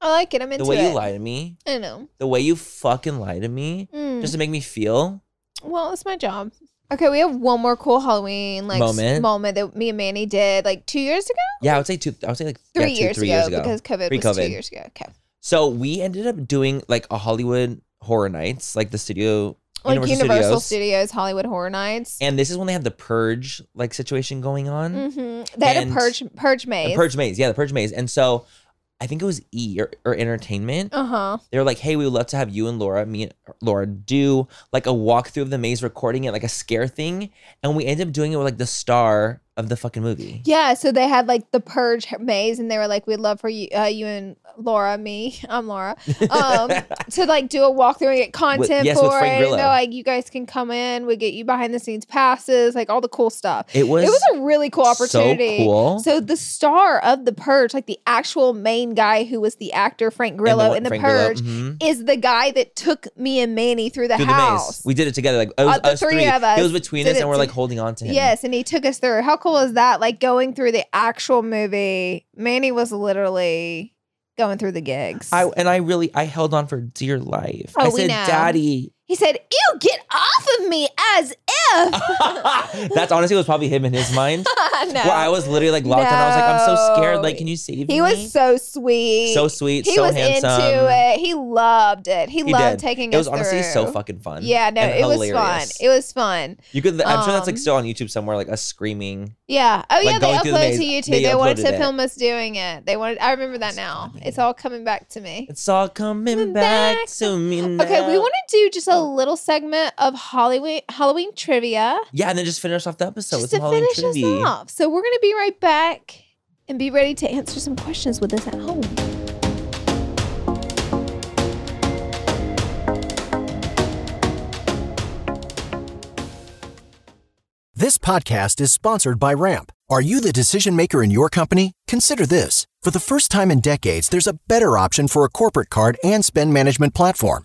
Speaker 1: I like it. I'm into
Speaker 2: The way
Speaker 1: it.
Speaker 2: you lie to me,
Speaker 1: I know.
Speaker 2: the way you fucking lie to me,
Speaker 1: Mm.
Speaker 2: just to make me feel.
Speaker 1: well, it's my job. Okay, we have one more cool Halloween like s-
Speaker 2: Moment.
Speaker 1: moment that me and Manny did like two years ago,
Speaker 2: Yeah, I would say two. I would say like yeah,
Speaker 1: three,
Speaker 2: two,
Speaker 1: years,
Speaker 2: three
Speaker 1: ago,
Speaker 2: years ago.
Speaker 1: because COVID was
Speaker 2: Pre-COVID.
Speaker 1: two years ago. Okay,
Speaker 2: so we ended up doing like a Hollywood Horror Nights, like the studio,
Speaker 1: like Universal, Studios.
Speaker 2: Studios.
Speaker 1: Hollywood Horror Nights.
Speaker 2: And this is when they have the purge like situation going on.
Speaker 1: mm-hmm. They had
Speaker 2: and-
Speaker 1: a purge purge
Speaker 2: The
Speaker 1: maze.
Speaker 2: Purge Maze, yeah, the Purge Maze. And so I think it was E or, or Entertainment.
Speaker 1: uh huh.
Speaker 2: They were like, hey, we would love to have you and Laura, me and Laura, do like a walkthrough of the maze, recording it, like a scare thing. And we ended up doing it with like the star of the fucking movie.
Speaker 1: Yeah, so they had like the purge maze, and they were like, "We'd love for you, uh, you and Laura, me, <laughs> I'm Laura,
Speaker 2: <laughs>
Speaker 1: um, to like do a walkthrough and get content
Speaker 2: yes, with
Speaker 1: for it."
Speaker 2: Frank
Speaker 1: And
Speaker 2: Grillo.
Speaker 1: they're like, "You guys can come in. We get you behind the scenes passes, like all the cool stuff."
Speaker 2: It was
Speaker 1: it was a really cool opportunity.
Speaker 2: So cool.
Speaker 1: So the star of the Purge, like the actual main guy who was the actor Frank Grillo
Speaker 2: one-
Speaker 1: in the
Speaker 2: Frank Grillo,
Speaker 1: Purge,
Speaker 2: mhm.
Speaker 1: is the guy that took me and Manny through the
Speaker 2: Through
Speaker 1: house.
Speaker 2: the maze. We did it together. Like it
Speaker 1: Uh,
Speaker 2: was
Speaker 1: the
Speaker 2: us
Speaker 1: three
Speaker 2: three.
Speaker 1: of us
Speaker 2: It was between
Speaker 1: did
Speaker 2: us,
Speaker 1: it
Speaker 2: and we're like
Speaker 1: to-
Speaker 2: holding on to him.
Speaker 1: Yes, and he took us through. How cool was that? Like going through the actual movie, Manny was literally going through the gigs.
Speaker 2: I and I really I held on for dear life.
Speaker 1: Oh,
Speaker 2: I
Speaker 1: we
Speaker 2: said,
Speaker 1: know.
Speaker 2: "Daddy."
Speaker 1: he said, "Ew, get off of me!" As
Speaker 2: <laughs>
Speaker 1: if <laughs>
Speaker 2: That's honestly was probably him in his mind.
Speaker 1: no.
Speaker 2: Where I was literally like locked down. I was like, I'm so scared. Like,
Speaker 1: No.
Speaker 2: can you save me?
Speaker 1: he was so sweet.
Speaker 2: so sweet,
Speaker 1: He
Speaker 2: so
Speaker 1: was
Speaker 2: handsome.
Speaker 1: into it. He loved it. He,
Speaker 2: He
Speaker 1: loved
Speaker 2: did.
Speaker 1: taking
Speaker 2: It was
Speaker 1: us
Speaker 2: honestly so
Speaker 1: through.
Speaker 2: fucking fun.
Speaker 1: Yeah, no,
Speaker 2: and
Speaker 1: it was fun.
Speaker 2: hilarious.
Speaker 1: It was fun.
Speaker 2: You could. I'm sure that's like
Speaker 1: Um,
Speaker 2: still on YouTube somewhere. Like us screaming.
Speaker 1: Yeah. Oh yeah,
Speaker 2: going
Speaker 1: they
Speaker 2: through the
Speaker 1: upload
Speaker 2: maze,
Speaker 1: to YouTube. They,
Speaker 2: they
Speaker 1: wanted
Speaker 2: uploaded
Speaker 1: to
Speaker 2: it.
Speaker 1: film us doing it. They wanted. I remember that now. It's all coming back to me.
Speaker 2: It's all
Speaker 1: Coming
Speaker 2: coming back,
Speaker 1: back.
Speaker 2: to me. Now.
Speaker 1: Okay, we want to do just a
Speaker 2: Oh.
Speaker 1: little segment of Halloween Halloween trivia
Speaker 2: Yeah, and then just finish off the episode with
Speaker 1: just
Speaker 2: some
Speaker 1: to
Speaker 2: Halloween
Speaker 1: finish
Speaker 2: trivia.
Speaker 1: us off. So we're gonna be right back and be ready to answer some questions with us at home.
Speaker 5: This podcast is sponsored by Ramp. Are you the decision maker in your company? Consider this. For the first time in decades, there's a better option for a corporate card and spend management platform.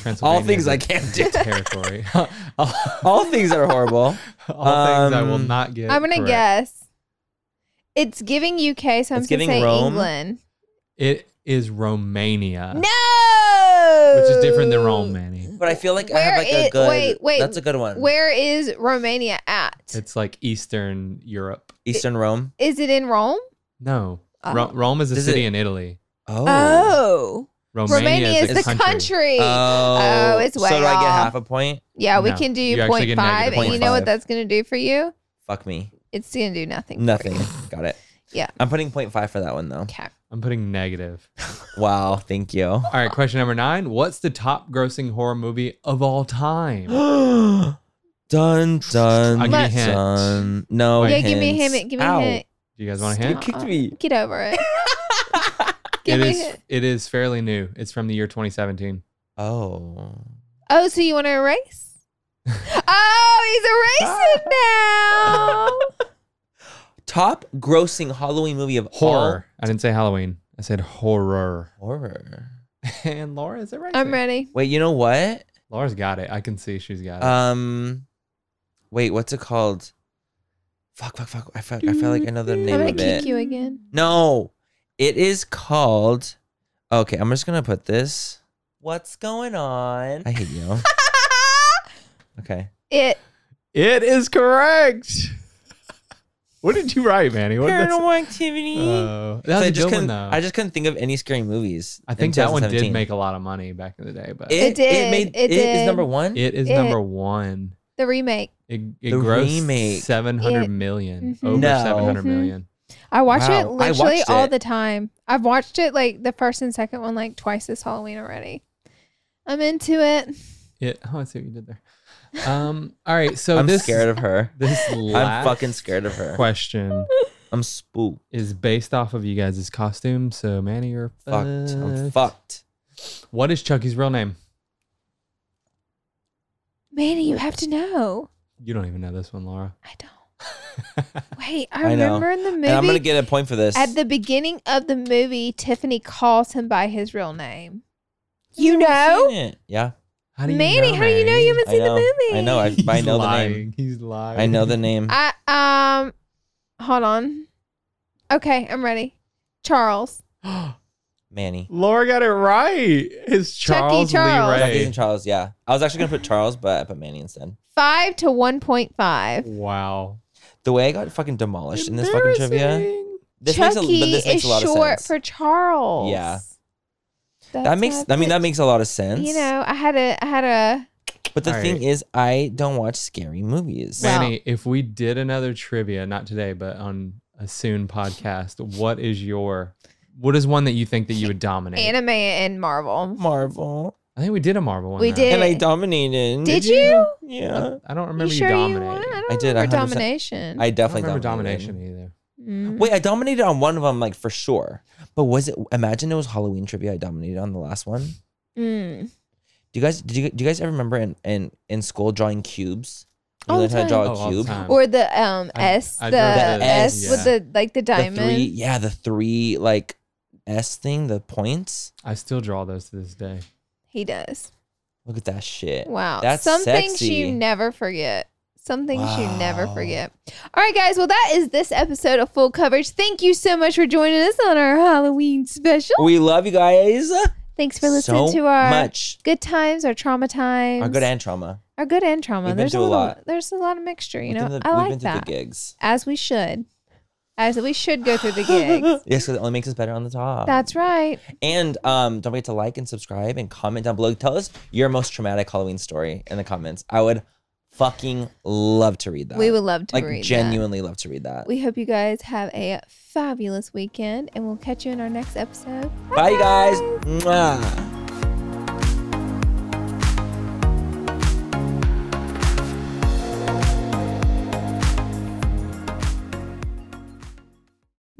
Speaker 6: Transylvania
Speaker 2: All things
Speaker 6: is
Speaker 2: I
Speaker 6: a
Speaker 2: can't do.
Speaker 6: <laughs> territory. all
Speaker 2: All things that are horrible.
Speaker 6: things I will
Speaker 2: Um,
Speaker 6: not get.
Speaker 1: I'm gonna
Speaker 6: correct.
Speaker 1: guess. It's giving UK, so I'm
Speaker 2: It's
Speaker 1: just gonna
Speaker 2: giving
Speaker 1: say
Speaker 2: Rome.
Speaker 1: England.
Speaker 6: It is Romania,
Speaker 1: No,
Speaker 6: Ah. which is different than Rome, Manny.
Speaker 2: But I feel like I
Speaker 1: Where
Speaker 2: have like a
Speaker 1: it-
Speaker 2: good.
Speaker 1: wait, wait,
Speaker 2: That's a good one.
Speaker 1: Where is Romania at?
Speaker 6: It's like Eastern Europe.
Speaker 2: Eastern Rome.
Speaker 1: is it in Rome?
Speaker 6: No,
Speaker 1: Oh.
Speaker 6: Ro- Rome is a
Speaker 2: Does
Speaker 6: city
Speaker 2: it-
Speaker 6: in Italy.
Speaker 1: Oh,
Speaker 6: Romania,
Speaker 1: Romania is,
Speaker 6: a
Speaker 1: the country.
Speaker 2: Oh,
Speaker 1: Oh, it's way
Speaker 2: so do I get
Speaker 1: off.
Speaker 2: half a point?
Speaker 1: Yeah, we
Speaker 6: No,
Speaker 1: can do
Speaker 6: you actually
Speaker 1: point
Speaker 6: get negative
Speaker 1: five, and
Speaker 2: point
Speaker 1: you know what
Speaker 2: five.
Speaker 1: that's gonna do for you?
Speaker 2: Fuck me.
Speaker 1: It's gonna do nothing. for <laughs>
Speaker 2: Nothing.
Speaker 1: you.
Speaker 2: Got it.
Speaker 1: Yeah.
Speaker 2: I'm putting point five for that one though.
Speaker 1: Okay.
Speaker 6: I'm putting negative.
Speaker 2: Wow.
Speaker 1: <laughs>
Speaker 2: Thank you. <gasps>
Speaker 6: All right, question number nine. What's the top grossing horror movie of all time?
Speaker 2: dun dun
Speaker 6: I'll give you a hint.
Speaker 2: dun. No.
Speaker 1: yeah, give me a
Speaker 2: hints.
Speaker 1: hint. Give me
Speaker 2: Ow.
Speaker 1: a hint. Uh-uh.
Speaker 6: Do you
Speaker 1: <gasps>
Speaker 6: guys want a
Speaker 2: You
Speaker 6: hint?
Speaker 2: kicked me.
Speaker 1: Get over
Speaker 6: <laughs>
Speaker 1: it. give
Speaker 6: It
Speaker 1: me a
Speaker 6: is
Speaker 1: hint.
Speaker 6: it is fairly new. It's from the year 2017.
Speaker 2: Oh.
Speaker 1: Oh, so you want to
Speaker 6: <laughs>
Speaker 1: erase? oh, he's erasing now.
Speaker 2: <laughs> Top grossing Halloween movie of
Speaker 6: Horror. I didn't say Halloween. I said horror.
Speaker 2: all- horror.
Speaker 6: And Laura, is it right?
Speaker 1: I'm
Speaker 6: there?
Speaker 1: ready.
Speaker 2: Wait, you know what?
Speaker 6: Laura's got it. I can see she's got it.
Speaker 2: Um, wait, what's it called? Fuck, fuck, fuck. I feel, I feel like I know the
Speaker 1: I'm
Speaker 2: name
Speaker 1: gonna
Speaker 2: of
Speaker 1: kick
Speaker 2: it.
Speaker 1: you again.
Speaker 2: No, it is called. Okay, I'm just gonna put this. What's going on? I hate <laughs> you. okay.
Speaker 1: It.
Speaker 6: it is correct. <laughs> what did you write, Manny? What did that
Speaker 2: Paranormal activity.
Speaker 6: Oh, that
Speaker 2: So
Speaker 6: was
Speaker 2: I
Speaker 6: a
Speaker 2: just
Speaker 6: good one
Speaker 2: couldn't.
Speaker 6: though.
Speaker 2: I just couldn't think of any scary movies.
Speaker 6: I
Speaker 2: in
Speaker 6: think that one did
Speaker 2: 2017.
Speaker 6: make a lot of money back in the day, but
Speaker 2: It,
Speaker 1: It did,
Speaker 2: made.
Speaker 1: it
Speaker 2: it is
Speaker 1: did.
Speaker 2: number one.
Speaker 6: it is
Speaker 1: it-
Speaker 6: number one.
Speaker 1: The remake.
Speaker 6: It, it
Speaker 2: The
Speaker 6: grossed
Speaker 2: remake.
Speaker 6: seven
Speaker 1: It-
Speaker 6: hundred million.
Speaker 1: Mhm.
Speaker 6: Over
Speaker 2: No.
Speaker 6: seven hundred
Speaker 1: Mhm.
Speaker 6: million.
Speaker 1: I watch
Speaker 2: Wow,
Speaker 1: it
Speaker 2: I watched
Speaker 1: literally all
Speaker 2: it.
Speaker 1: the time. I've watched it like the first and second one like twice this Halloween already. I'm into it.
Speaker 6: It <laughs> oh I see what you did there. Um all right, so
Speaker 2: I'm
Speaker 6: this
Speaker 2: scared of her.
Speaker 6: this
Speaker 2: <laughs> I'm
Speaker 6: last
Speaker 2: fucking scared of her.
Speaker 6: question
Speaker 2: I'm spooked.
Speaker 6: is based off of you guys' costume. So Manny, you're
Speaker 2: Fucked. I'm
Speaker 6: fucked.
Speaker 2: fucked.
Speaker 6: What is Chucky's real name?
Speaker 1: Manny, you have to know.
Speaker 6: You don't even know this one, Laura.
Speaker 1: I don't.
Speaker 2: <laughs>
Speaker 1: Wait, I,
Speaker 2: I know.
Speaker 1: remember in the movie.
Speaker 2: And I'm gonna get a point for this.
Speaker 1: At the beginning of the movie, Tiffany calls him by his real name. You know?
Speaker 2: Yeah. Yeah.
Speaker 6: How do you
Speaker 1: Manny,
Speaker 6: know,
Speaker 1: how do you know
Speaker 6: Manny?
Speaker 1: you haven't
Speaker 2: I
Speaker 1: seen
Speaker 2: know.
Speaker 1: the movie?
Speaker 2: I know. I, I
Speaker 6: He's
Speaker 2: know the
Speaker 6: lying.
Speaker 2: name.
Speaker 6: He's lying.
Speaker 2: I
Speaker 6: <laughs>
Speaker 2: know the name.
Speaker 1: I um hold on. Okay, I'm ready. Charles.
Speaker 2: Manny.
Speaker 6: Laura got it right. It's
Speaker 1: Chucky
Speaker 6: Charles,
Speaker 1: Charles.
Speaker 6: Lee
Speaker 2: Chucky
Speaker 6: Ray.
Speaker 2: and Charles. Yeah. I was actually gonna put Charles, but I put Manny instead.
Speaker 1: Five to one point five.
Speaker 6: Wow.
Speaker 2: The way I got fucking demolished in this fucking trivia.
Speaker 6: Embarrassing.
Speaker 2: This makes a, but
Speaker 1: Chucky
Speaker 2: this
Speaker 1: is
Speaker 2: makes a lot
Speaker 1: short
Speaker 2: of sense.
Speaker 1: for Charles.
Speaker 2: Yeah.
Speaker 1: That's
Speaker 2: that makes.
Speaker 1: what
Speaker 2: I mean, that
Speaker 1: put-
Speaker 2: makes a lot of sense.
Speaker 1: you know, I had a I had a
Speaker 2: But the
Speaker 6: All
Speaker 2: thing
Speaker 6: right.
Speaker 2: is, I don't watch scary movies.
Speaker 1: Well-
Speaker 6: Manny, if we did another trivia, not today, but on a soon podcast, what is your what is one that you think that you would dominate?
Speaker 1: anime and Marvel.
Speaker 2: Marvel.
Speaker 6: I think we did a Marvel one.
Speaker 1: We
Speaker 6: though.
Speaker 1: did.
Speaker 2: And I dominated.
Speaker 1: Did you?
Speaker 2: Yeah.
Speaker 6: I don't
Speaker 1: You
Speaker 6: remember you,
Speaker 1: sure you
Speaker 6: dominating.
Speaker 1: won?
Speaker 6: I
Speaker 1: I
Speaker 6: don't
Speaker 1: don't
Speaker 2: I did,
Speaker 1: remember
Speaker 2: 100%.
Speaker 1: domination.
Speaker 2: I definitely
Speaker 6: remember
Speaker 2: dominated.
Speaker 6: domination either.
Speaker 1: Mm.
Speaker 2: Wait, I dominated on one of them, like for sure. But was it? Imagine it was Halloween trivia. I dominated on the last one.
Speaker 1: Mm.
Speaker 2: Do you guys? Did you? Do you guys ever remember in in, in school drawing cubes? You
Speaker 1: All
Speaker 2: learned
Speaker 1: the
Speaker 2: how to draw
Speaker 6: time. Oh, all
Speaker 2: a
Speaker 6: the
Speaker 2: cube.
Speaker 6: time.
Speaker 1: Or the um
Speaker 6: I-
Speaker 1: S,
Speaker 6: I
Speaker 1: the,
Speaker 6: drove
Speaker 2: the
Speaker 1: S
Speaker 2: S,
Speaker 1: with
Speaker 6: yeah.
Speaker 1: the like the diamond.
Speaker 2: The three, yeah, the three like S thing, the points.
Speaker 6: I still draw those to this day.
Speaker 1: He does.
Speaker 2: Look at that shit.
Speaker 1: Wow.
Speaker 2: That's
Speaker 1: Some things
Speaker 2: sexy.
Speaker 1: you never forget. Some things you never
Speaker 2: Wow.
Speaker 1: forget. All right, guys. Well, that is this episode of Full Coverage. Thank you so much for joining us on our Halloween special.
Speaker 2: We love you guys.
Speaker 1: Thanks for listening
Speaker 2: so
Speaker 1: to our
Speaker 2: much.
Speaker 1: good times, our trauma times,
Speaker 2: Our good and trauma.
Speaker 1: our good and trauma.
Speaker 2: We've been
Speaker 1: there's
Speaker 2: through a
Speaker 1: little,
Speaker 2: lot.
Speaker 1: There's a lot of mixture. You
Speaker 2: We've
Speaker 1: know,
Speaker 2: been to-
Speaker 1: I
Speaker 2: we've been
Speaker 1: like
Speaker 2: to
Speaker 1: that.
Speaker 2: the gigs.
Speaker 1: As we should. As we should go
Speaker 2: <laughs> Um,
Speaker 1: through the gigs.
Speaker 2: Yes, because it only makes us better on the top.
Speaker 1: That's right.
Speaker 2: and um, don't forget to like and subscribe and comment down below. Tell us your most traumatic Halloween story in the comments. I would fucking love to read that.
Speaker 1: We would love to
Speaker 2: like
Speaker 1: read that.
Speaker 2: genuinely love to read that.
Speaker 1: We hope you guys have a fabulous weekend, and we'll catch you in our next episode.
Speaker 2: Bye, guys. Mwah.